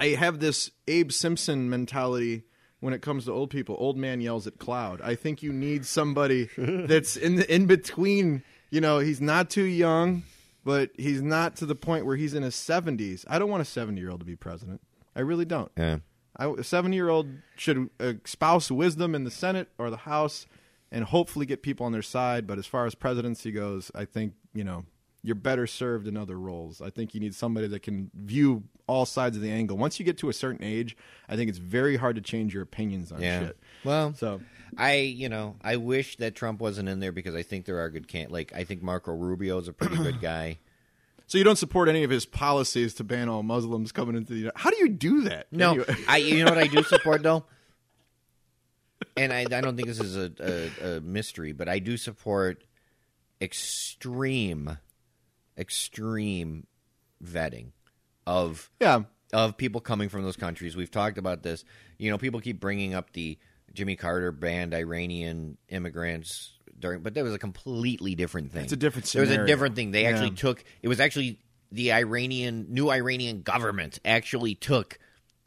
A: I have this Abe Simpson mentality when it comes to old people. Old man yells at cloud. I think you need
B: [LAUGHS]
A: somebody that's in the in between. You know, he's not too young, but he's not to the point where he's in his seventies. I don't want a seventy year old to be president. I really don't.
B: Yeah.
A: I, a 70 year old should espouse wisdom in the Senate or the House and hopefully get people on their side. But as far as presidency goes, I think, you know, you're better served in other roles. I think you need somebody that can view all sides of the angle. Once you get to a certain age, I think it's very hard to change your opinions on
B: Yeah.
A: shit.
B: Well,
A: So
B: I, you know, I wish that Trump wasn't in there because I think there are good can like I think Marco Rubio is a
A: [CLEARS THROAT]
B: pretty good guy.
A: So you don't support any of his policies to ban all Muslims coming into the United How do you do that?
B: No,
A: Anyway. [LAUGHS]
B: I you know what I do support though, and I, I don't think this is a, a, a mystery, but I do support extreme, extreme vetting of
A: Yeah.
B: of people coming from those countries. We've talked about this. You know, people keep bringing up the Jimmy Carter banned Iranian immigrants during, but that was a completely different thing. It's
A: a different
B: It was a
A: scenario.
B: different thing. They actually took. It was actually the Iranian new Iranian government actually took.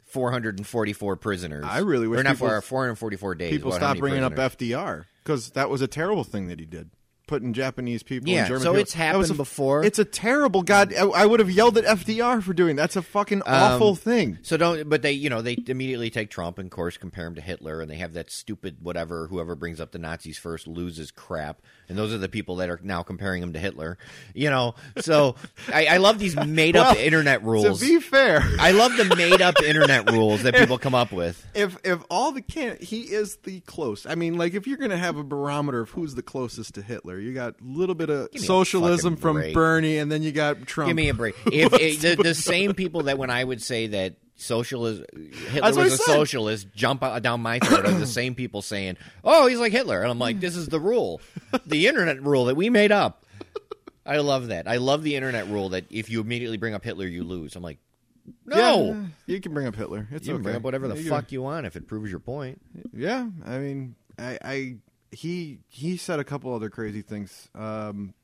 B: 444 prisoners.
A: I really wish
B: or not
A: people-
B: for 444 days.
A: People
B: Well, how
A: stop
B: many
A: bringing up
B: prisoners?
A: FDR because that was a terrible thing that he did. Putting Japanese people
B: Yeah,
A: and German
B: so
A: people.
B: it's
A: That was
B: happened
A: a-
B: before.
A: It's a terrible god. I, I would have yelled at FDR for doing that. That's a
B: Um,
A: fucking awful thing.
B: So don't, but they, you know, they immediately take Trump and, of course, compare him to Hitler, and they have that stupid whatever. Whoever brings up the Nazis first loses crap, and those are the people that are now comparing him to Hitler. You know,
A: [LAUGHS]
B: so I, I love these made up
A: Well,
B: internet rules.
A: To be fair, [LAUGHS]
B: I love the made up internet rules that people come up with.
A: if if all the can he is the close. I mean, like if you're gonna have a barometer of who's the closest to Hitler, you got a little bit of
B: me a
A: socialism
B: fucking
A: from
B: break.
A: Bernie, and then you got Trump.
B: Give me
A: [LAUGHS]
B: a break. If it, the, the same people that when I would say that socialist Hitler
A: That's what
B: was
A: I
B: a
A: said.
B: socialist jump out, down my throat are the same people saying, "Oh, he's like Hitler," and I'm like, "This is the rule, the internet rule that we made up." I love that. I love the internet rule that if you immediately bring up Hitler, you lose. I'm like, no.
A: Yeah, you can bring up Hitler. It's
B: You can
A: okay.
B: bring up whatever the
A: You-
B: fuck you want if it proves your point.
A: Yeah, I mean, I, I he he said a couple other crazy things, um,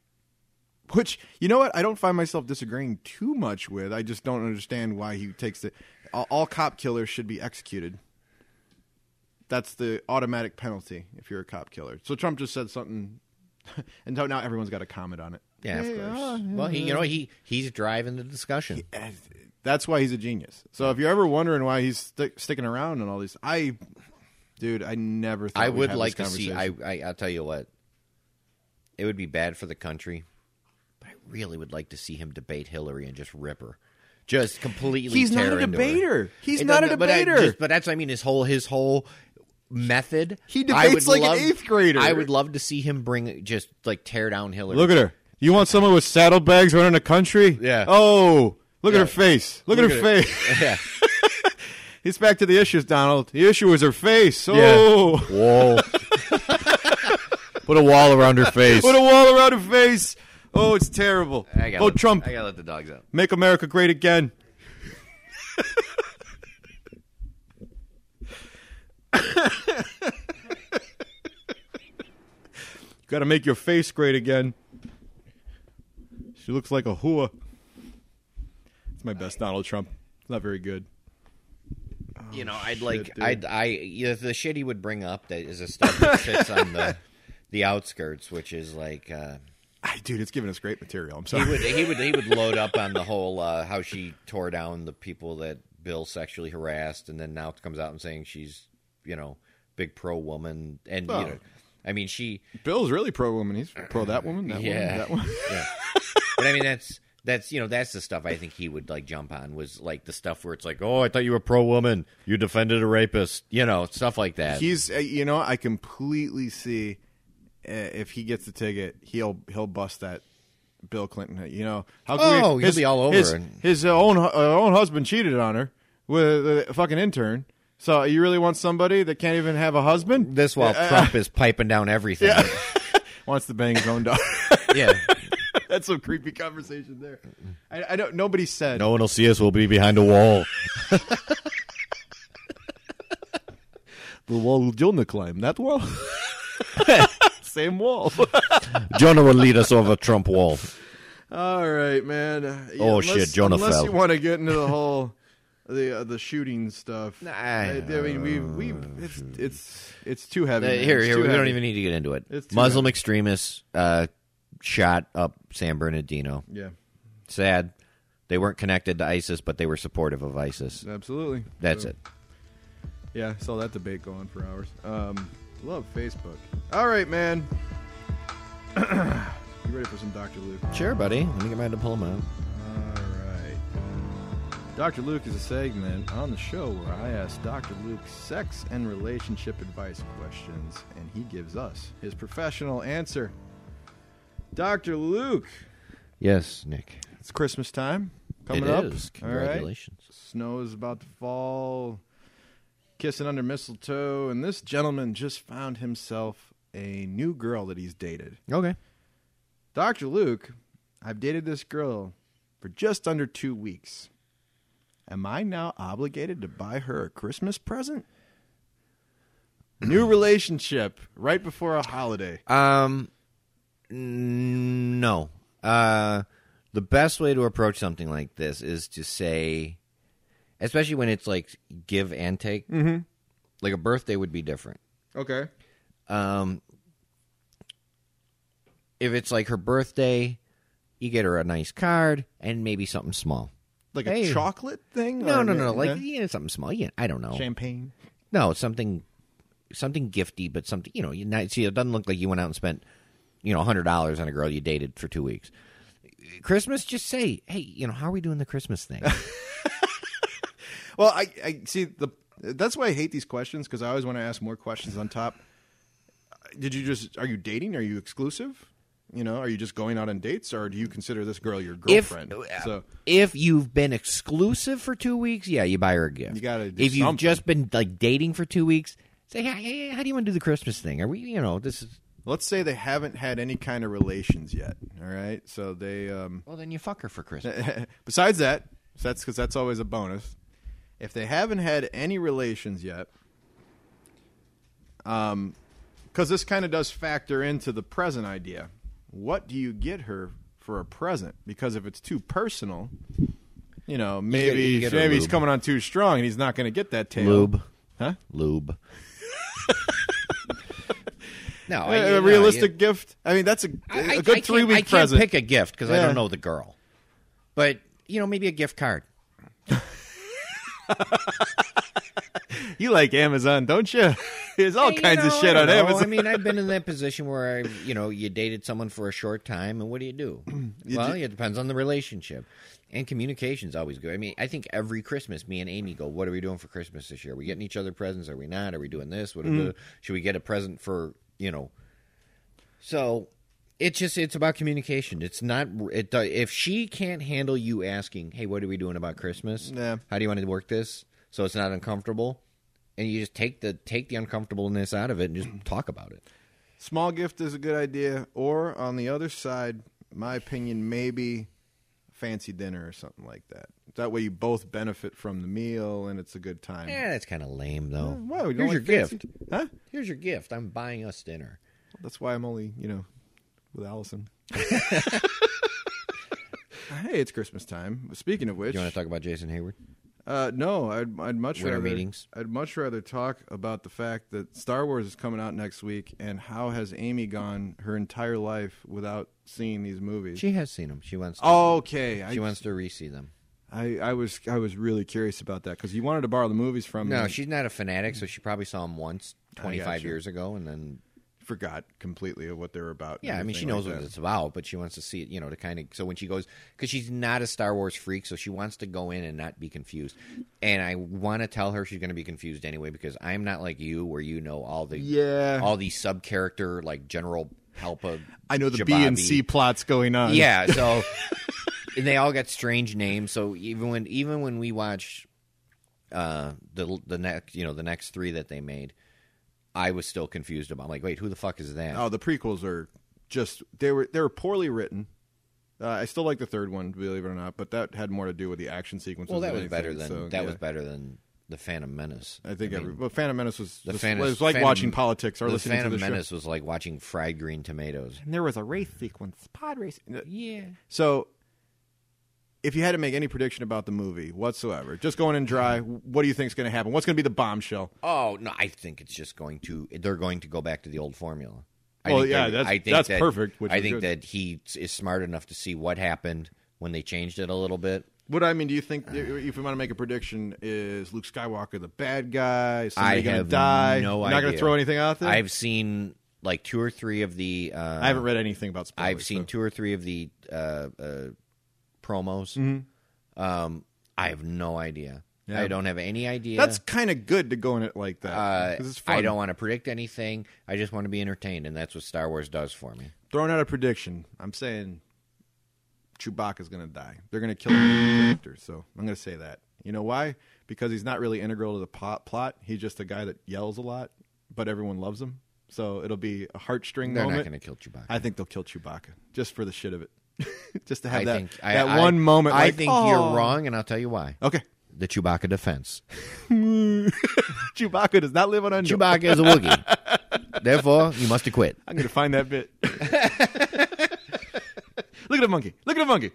A: which you know what I don't find myself disagreeing too much with. I just don't understand why he takes the all, all cop killers should be executed. That's the automatic penalty if you're a cop killer. So Trump just said something, [LAUGHS] and now- now everyone's got to comment on it.
B: Yeah, of course.
A: yeah,
B: well, he, you know, he he's driving the discussion.
A: That's why he's a genius. So if you're ever wondering why he's stick sticking around and all these, I, dude, I never. Thought
B: I
A: we'd
B: would
A: have
B: like to
A: this
B: see. I,
A: conversation.
B: I I'll tell you what. It would be bad for the country, but I really would like to see him debate Hillary and just rip her, just completely.
A: He's not
B: tear
A: a
B: into her.
A: debater. He's
B: It
A: not a
B: doesn't- but I
A: debater.
B: just- But that's what I mean. His whole his whole method.
A: He
B: I
A: debates
B: would
A: like an
B: love-
A: eighth grader.
B: I would love to see him bring just like tear down Hillary.
A: Look at her. You want someone with saddlebags running a country?
B: Yeah.
A: Oh, look
B: Yeah.
A: at her face. Look, at
B: Look
A: her
B: at
A: face. [LAUGHS]
B: [LAUGHS] yeah.
A: He's back to the issues, Donald. The issue is her face. Oh,
B: Whoa. Put a wall around her face.
A: [LAUGHS] put a wall around her face. Oh, it's terrible.
B: I gotta
A: Oh,
B: let-
A: Trump,
B: I gotta let the dogs out.
A: make America great again. Got to make your face great again. She looks like a hua. It's my best Donald Trump. It's not very good.
B: you know, I'd like,
A: Oh, dude.
B: I'd, I, you know, the shit he would bring up that is a stuff that sits
A: [LAUGHS]
B: on the, the outskirts, which is like, uh,
A: I, dude, it's giving us great material. I'm
B: he
A: sorry.
B: would, he would, he would load up on the whole uh, how she tore down the people that Bill sexually harassed, and then now it comes out and saying she's, you know, big pro woman, and
A: Well.
B: you know, I mean, she,
A: Bill's really pro woman. He's pro that woman, that
B: yeah,
A: woman, that one.
B: yeah. But I mean, that's that's you know, that's the stuff I think he would like jump on was like the stuff where it's like, oh, I thought you were pro woman, you defended a rapist, you know, stuff like that.
A: He's, uh, you know, I completely see uh, if he gets the ticket, he'll he'll bust that Bill Clinton. You know, how could
B: Oh,
A: we,
B: he'll be all over
A: His,
B: and-
A: his own hu- uh, own husband cheated on her with a fucking intern. So you really want somebody that can't even have a husband?
B: This while Trump is piping down everything. Yeah.
A: wants to bang his own daughter. [LAUGHS] That's some creepy conversation there. I, I don't. Nobody said.
B: [LAUGHS] No one will see us. We'll be behind a wall.
A: The wall Jonah climbed. That wall. [LAUGHS] Same
B: [LAUGHS]
A: wall.
B: Jonah will lead us over Trump wall.
A: All right, man. Uh, yeah,
B: Oh,
A: unless-
B: shit, Jonah
A: Unless
B: fell.
A: you want to get into the whole [LAUGHS] the uh, the shooting stuff.
B: Nah.
A: I, I mean, we we it's it's it's too heavy. man.
B: here,
A: It's
B: here.
A: too
B: We don't
A: heavy.
B: even need to get into it.
A: It's too
B: Muslim extremists uh, shot up San Bernardino.
A: Yeah,
B: Sad. They weren't connected to ISIS, but they were supportive of ISIS.
A: absolutely.
B: That's it.
A: Yeah, saw that debate going for hours. Um, love Facebook. All right, man. [CLEARS THROAT] you ready for some Dr. Luke?
B: Sure, buddy. Let me get my diploma out.
A: All right. Dr. Luke is a segment on the show where I ask Dr. Luke sex and relationship advice questions, and he gives us his professional answer. Dr. Luke,
B: Yes, Nick.
A: it's Christmas time
B: It
A: coming
B: is.
A: up. All right.
B: Congratulations.
A: Snow is about to fall, kissing under mistletoe, and this gentleman just found himself a new girl that he's dated.
B: Okay.
A: Dr. Luke, I've dated this girl for just under two weeks. Am I now obligated to buy her a Christmas present? New relationship right before a holiday.
B: Um, n- no. Uh, the best way to approach something like this is to say, especially when it's like give and take. Mm-hmm. Like a birthday would be different.
A: Okay.
B: Um, if it's like her birthday, you get her a nice card and maybe something small.
A: Like
B: Hey.
A: a chocolate thing?
B: No,
A: Or
B: no,
A: ma-
B: no. Like
A: Oh, yeah.
B: you know, something small. Yeah, I don't know.
A: champagne.
B: No, something, something gifty, but something you know. You not, see, it doesn't look like you went out and spent, you know, hundred dollars on a girl you dated for two weeks. Christmas, just say, hey, you know, how are we doing the Christmas thing?
A: Well, I, I see the that's why I hate these questions because I always want to ask more questions on top. Did you just are you dating? Are you exclusive? You know, are you just going out on dates, or do you consider this girl your
B: if uh,
A: girlfriend? so
B: if you've been exclusive for two weeks, yeah, you buy her a gift.
A: You gotta do
B: if you've
A: something.
B: just been like dating for two weeks, say, hey, hey, how do you want to do the Christmas thing? Are we, you know, this is
A: let's say they haven't had any kind of relations yet. All right, so they um, [LAUGHS]
B: well, then you fuck her for Christmas.
A: besides that, so that's because that's always a bonus. If they haven't had any relations yet, um, because this kind of does factor into the present idea. What do you get her for a present? Because if it's too personal, you know, maybe
B: you get her
A: maybe he's
B: lube.
A: coming on too strong and he's not going to get that tail.
B: Lube,
A: huh? [LAUGHS]
B: lube.
A: A-
B: no, I- no,
A: A
B: you-
A: realistic gift. I mean, that's a
B: I-
A: a
B: I- I
A: good
B: can't-
A: three
B: I
A: week
B: can't
A: present.
B: pick a gift because I
A: Yeah.
B: don't know the girl, but you know, maybe a gift card.
A: you like Amazon, don't you? [LAUGHS] There's all
B: You
A: kinds of
B: know,
A: shit
B: I
A: on
B: don't know.
A: Amazon.
B: I mean, I've been in that position where I, you know, you dated someone for a short time, and what do
A: [CLEARS THROAT]
B: you do? well, it depends on the relationship, and communication's always good. I mean, I think every Christmas, me and Amy go, "What are we doing for Christmas this year? Are we getting each other presents? Are we not? Are we doing this? What are
A: Mm-hmm.
B: we- should we get a present for? You know." So. It's just it's about communication. It's not it. do- If she can't handle you asking, "Hey, what are we doing about Christmas?
A: Yeah.
B: How do you want to work this?" So it's not uncomfortable and you just take the take the uncomfortableness out of it
A: [CLEARS THROAT]
B: and just talk about it.
A: small gift is a good idea or on the other side my opinion maybe fancy dinner or something like that that way you both benefit from the meal and it's a good time
B: Yeah, that's kind of lame though.
A: Why, we don't
B: Here's your
A: like fancy-
B: gift.
A: huh
B: Here's your gift. I'm buying us dinner.
A: that's why i'm only you know with [LAUGHS] allison hey it's christmas time speaking of which
B: You want to talk about Jason Hayward?
A: Uh, no, I'd I'd much
B: Winter
A: rather
B: meetings.
A: I'd much rather talk about the fact that Star Wars is coming out next week, and how has Amy gone her entire life without seeing these movies?
B: She has seen him. She wants. To,
A: okay, Oh, I,
B: she wants to re-see them.
A: I, I was I was really curious about that because you wanted to borrow the movies from me.
B: No, she's not a fanatic, so she probably saw him once,
A: got
B: 25
A: you.
B: years ago, and then
A: forgot completely of what they were about. and
B: yeah, I mean she
A: everything
B: knows
A: like
B: what
A: that.
B: it's about, but she wants to see it, you know, to kind of so when she goes because she's not a Star Wars freak, so she wants to go in and not be confused. And I want to tell her she's going to be confused anyway because I'm not like you where you know all the
A: Yeah.
B: all the sub character like General Palpa.
A: I know the
B: Jabbabi.
A: B and C plots going on. [LAUGHS]
B: Yeah, so and they all got strange names. So even when even when we watched uh, the the next you know the next three that they made, I was still confused about. I'm like, wait, who the fuck is that?
A: Oh, the prequels are just they were they were poorly written. Uh, I still like the third one, believe it or not, but that had more to do with the action sequences.
B: Well, that
A: than
B: was better
A: anything,
B: than
A: so,
B: that
A: yeah.
B: was better than the Phantom Menace.
A: I think
B: mean,
A: every well, Phantom Menace was
B: the
A: was-
B: Phantom
A: was like
B: Phantom-
A: watching politics or
B: the
A: listening
B: Phantom
A: to the show.
B: Menace was like watching fried green tomatoes.
A: And there was a race sequence, pod race. uh,
B: Yeah,
A: So, if you had to make any prediction about the movie whatsoever, just going in
B: [SIGHS]
A: dry, what do you think is going to happen? What's going to be the bombshell?
B: Oh no, I think it's just going to. They're going to go back to the old formula. I
A: Well,
B: think
A: yeah,
B: that-
A: that's-
B: I think
A: that's
B: that-
A: perfect, which
B: I
A: is
B: think
A: good.
B: that he is smart enough to see what happened when they changed it a little bit,
A: What I mean, do you think
B: [SIGHS]
A: if we want to make a prediction, is Luke Skywalker the bad guy? Is
B: I
A: somebody going
B: have
A: to die?
B: no
A: You're
B: idea.
A: Not going to throw anything out there.
B: I've seen like two or three of the. Uh,
A: I haven't read anything about spoilers.
B: I've seen
A: so-
B: two or three of the uh, uh, promos. Um, I have no idea.
A: Mm-hmm. Yeah.
B: I don't have any idea.
A: That's kind of good to go in it like that.
B: uh,
A: 'cause it's fun.
B: I don't want to predict anything. I just want to be entertained, and that's what Star Wars does for me.
A: throwing out a prediction. I'm saying Chewbacca's going to die. They're going to kill him as a character. So I'm going to say that. You know why? Because he's not really integral to the pot, plot. He's just a guy that yells a lot, but everyone loves him. So it'll be a heartstring
B: They're
A: moment.
B: not going to kill Chewbacca.
A: I think they'll kill Chewbacca just for the shit of it. [LAUGHS] just to have
B: I
A: that,
B: think I-
A: that
B: I-
A: one moment.
B: I
A: like,
B: think
A: "Oh."
B: you're wrong, and I'll tell you why.
A: Okay. [LAUGHS]
B: The Chewbacca defense.
A: Chewbacca does not live on undue.
B: Chewbacca is a
A: [LAUGHS]
B: Wookiee. Therefore, you must acquit.
A: I'm going to find that bit. [LAUGHS] Look at a monkey. Look at a monkey.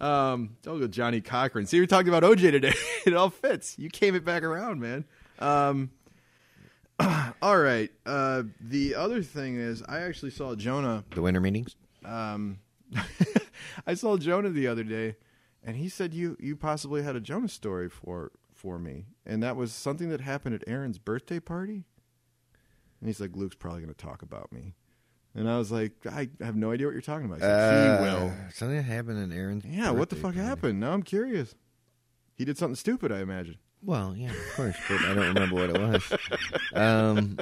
A: Um, don't go Johnny Cochran. See, we talked about OJ today. [LAUGHS] it all fits. You came it back around, man. Um, [CLEARS THROAT] all right. Uh, the other thing is, I actually saw Jonah
B: The winter meetings.
A: um, [LAUGHS] I saw Jonah the other day, and he said you you possibly had a Jonah story for for me, and that was something that happened at Aaron's birthday party. And he's like, Luke's probably going to talk about me, and I was like, I have no idea what you're talking about. He's like,
B: Uh,
A: he will.
B: Something happened in Aaron's.
A: Yeah, what the
B: birthday
A: fuck
B: party.
A: happened? Now I'm curious. He did something stupid, I imagine.
B: Well, yeah, of course, but I don't remember what it was.
A: [LAUGHS]
B: Um,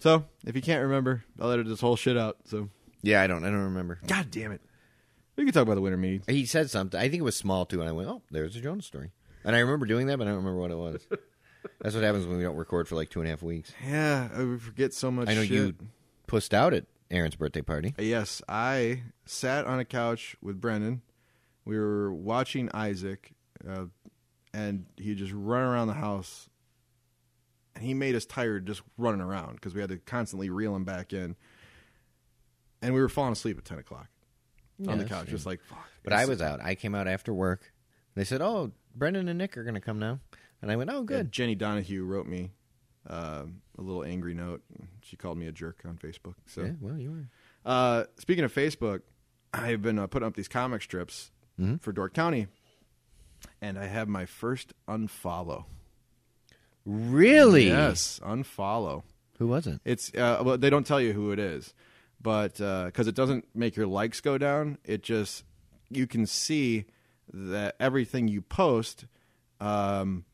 A: So if you can't remember, I'll edit this whole shit out. So
B: yeah, I don't. I don't remember.
A: god damn it, we can talk about the winter meetings.
B: He said something. I think it was small too, and I went, "Oh, there's a Jonas story." And I remember doing that, but I don't remember what it was. That's what happens when we don't record for like two and a half weeks.
A: Yeah, I would forget so much.
B: I know
A: shit.
B: you pussed out at Aaron's birthday party.
A: Uh, Yes, I sat on a couch with Brendan. We were watching Isaac, uh, and he just run around the house, and he made us tired just running around because we had to constantly reel him back in. And we were falling asleep at ten o'clock
B: Yeah,
A: on the
B: that's
A: couch,
B: true.
A: just like fuck.
B: But I was out. I came out after work. They said, "Oh, Brendan and Nick are going to come now," and I went, "Oh,
A: Yeah,
B: good."
A: Jenny Donahue wrote me um a little angry note. She called me a jerk on Facebook. So.
B: Yeah, well, you were.
A: Uh, speaking of Facebook, I've been uh, putting up these comic strips for Dork County, and I have my first unfollow.
B: Really?
A: Yes, unfollow.
B: Who was it?
A: It's uh, well, they don't tell you who it is, but because it doesn't make your likes go down, it just you can see that everything you post. Um,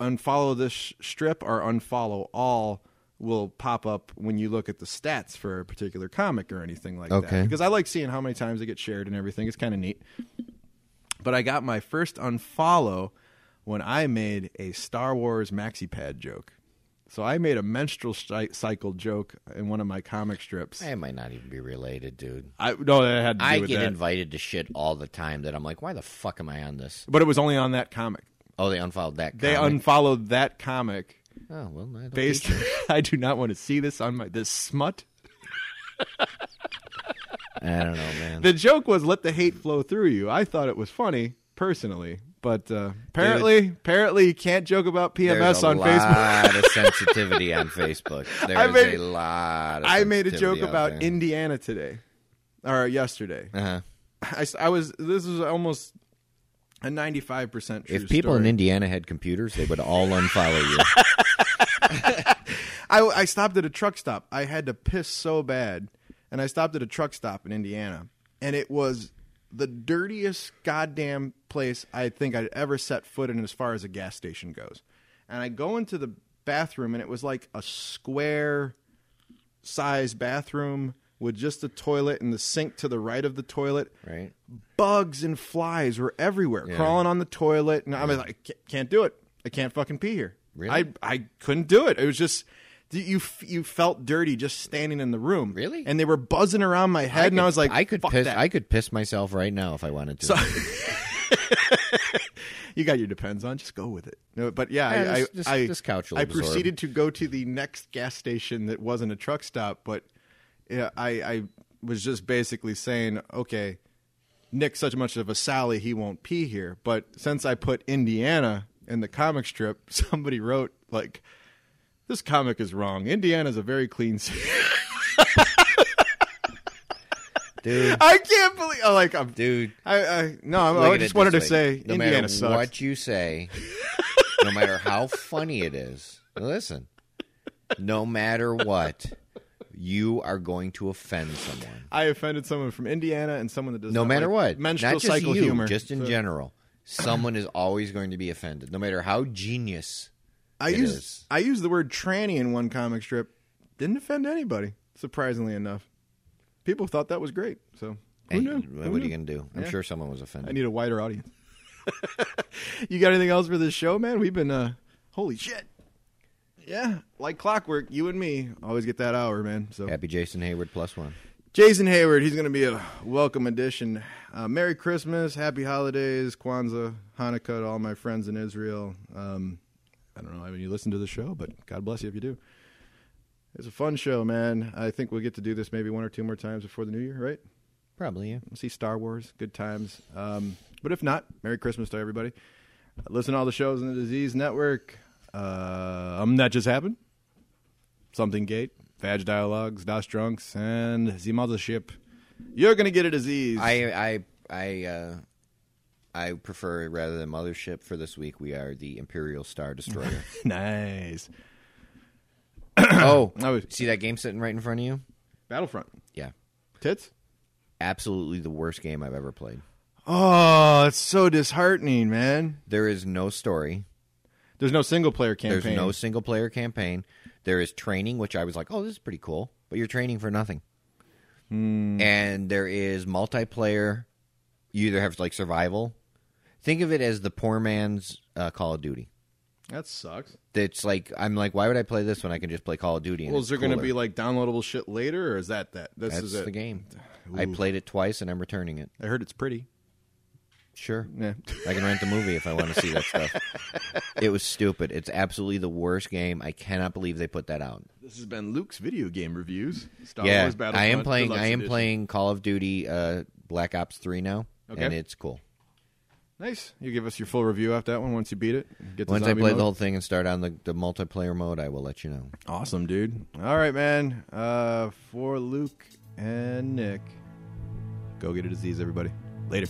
A: unfollow this sh- strip or unfollow all will pop up when you look at the stats for a particular comic or anything like
B: Okay.
A: that. Because I like seeing how many times they get shared and everything. It's kind of neat. But I got my first unfollow when I made a Star Wars maxi pad joke. So I made a menstrual cy- cycle joke in one of my comic strips.
B: I might not even be related, dude.
A: I no, that had to do
B: I
A: with
B: get
A: that.
B: invited to shit all the time that I'm like, why the fuck am I on this?
A: But it was only on that comic.
B: Oh, they unfollowed that.
A: They
B: comment.
A: unfollowed that comic
B: Oh well, I don't
A: based. [LAUGHS]
B: think-
A: I do not want to see this on my this smut.
B: I don't know,
A: [LAUGHS]
B: man.
A: the joke was let the hate flow through you. I thought it was funny personally, but uh, apparently, apparently you can't joke about PMS
B: There's a
A: on Facebook.
B: lot of sensitivity on Facebook.
A: [LAUGHS]
B: There's
A: I made-
B: a lot. Of
A: I made a joke
B: sensitivity out
A: about
B: there.
A: Indiana today or yesterday.
B: Uh-huh.
A: I, s- I was this was almost a ninety five percent true
B: If people
A: story.
B: in Indiana had computers, they would all unfollow
A: [LAUGHS]
B: you.
A: I, I stopped at a truck stop. I had to piss so bad, and I stopped at a truck stop in Indiana, and it was the dirtiest goddamn place I think I'd ever set foot in as far as a gas station goes. And I go into the bathroom, and it was like a square size bathroom with just the toilet and the sink to the right of the toilet
B: Right?
A: bugs and flies were everywhere, crawling on the toilet. And I was like, I ca- can't do it. I can't fucking pee here.
B: Really?
A: I I couldn't do it. It was just you f- you felt dirty just standing in the room.
B: Really?
A: And they were buzzing around my head, and I was like,
B: I could
A: fuck
B: piss.
A: that.
B: I could piss myself right now if I wanted to.
A: you got your depends on. Just go with it. No, but yeah,
B: Yeah,
A: I,
B: this-
A: I,
B: this-
A: I,
B: this couch will
A: I
B: absorb.
A: proceeded to go to the next gas station that wasn't a truck stop, but yeah, I, I was just basically saying, okay, Nick's such much of a Sally, he won't pee here. But since I put Indiana in the comic strip, [LAUGHS] somebody wrote like, this comic is wrong. Indiana's a very clean city.
B: dude.
A: [LAUGHS] I can't believe. I like I'm.
B: Dude,
A: I, I no. I'm,
B: look
A: I
B: at
A: just
B: it
A: wanted to
B: this way.
A: say
B: no
A: Indiana
B: matter
A: sucks.
B: what you say, no
A: [LAUGHS]
B: matter how funny it is, listen. No matter what, you are going to offend someone.
A: I offended someone from Indiana and someone that does
B: No
A: not
B: matter
A: like
B: what,
A: menstrual
B: not just
A: cycle
B: you,
A: humor.
B: just in
A: So-
B: general, someone is always going to be offended, no matter how genius.
A: I
B: It
A: used
B: is.
A: I used the word tranny in one comic strip. Didn't offend anybody, surprisingly enough. People thought that was great. So who
B: Hey,
A: knew?
B: What
A: Who
B: are you
A: knew?
B: going to do? I'm
A: Yeah.
B: sure someone was offended.
A: I need a wider audience. [LAUGHS] you got anything else for this show, man? We've been uh holy shit. Yeah, like clockwork, you and me always get that hour, man. So
B: Happy Jason Hayward plus one.
A: Jason Hayward, he's going to be a welcome addition. Uh, Merry Christmas, Happy Holidays, Kwanzaa, Hanukkah to all my friends in Israel. Um, I don't know when you listen to the show, but God bless you if you do. It's a fun show, man. I think we'll get to do this maybe one or two more times before the new year, right?
B: Probably, yeah.
A: We'll see Star Wars, good times. Um, but if not, Merry Christmas to everybody. Listen to all the shows on the Disease Network. Uh, um, that just happened. Something Gate, Vag Dialogues, Das Drunks, and The Mothership. You're gonna get a disease.
B: I I I uh, I prefer rather than mothership for this week. We are the Imperial Star Destroyer.
A: [LAUGHS] nice.
B: [LAUGHS] oh,
A: I was-
B: see that game sitting right in front of you?
A: Battlefront
B: Yeah,
A: tits.
B: absolutely the worst game I've ever played.
A: Oh, it's so disheartening, man.
B: There is no story.
A: There's no single player campaign.
B: There's no single player campaign. There is training, which I was like, oh, this is pretty cool, but you're training for nothing.
A: Hmm.
B: And there is multiplayer. You either have like survival. Think of it as the poor man's uh, Call of Duty.
A: that sucks.
B: That's like I'm like, why would I play this when I can just play Call of Duty? And
A: Well,
B: it's
A: is there gonna
B: cooler?
A: be like downloadable shit later, or is that that? This
B: that's
A: is
B: the
A: it.
B: game? I
A: Ooh.
B: played it twice and I'm returning it.
A: I heard it's pretty. [LAUGHS]
B: Sure,
A: Yeah.
B: I can rent the movie if I want to see that stuff. it was stupid. It's absolutely the worst game. I cannot believe they put that out.
A: This has been Luke's video game reviews. Star
B: yeah,
A: Wars
B: I am
A: Battlefront
B: playing.
A: Deluxe
B: I am
A: Edition.
B: playing Call of Duty uh, Black Ops Three now,
A: Okay.
B: and it's cool.
A: Nice. You give us your full review after that one once you beat it. Get the
B: Once I
A: zombie
B: play
A: mode.
B: the whole thing and start on the, the multiplayer mode, I will let you know.
A: Awesome, dude. All right, man. Uh, for Luke and Nick, go get a disease, everybody. Later.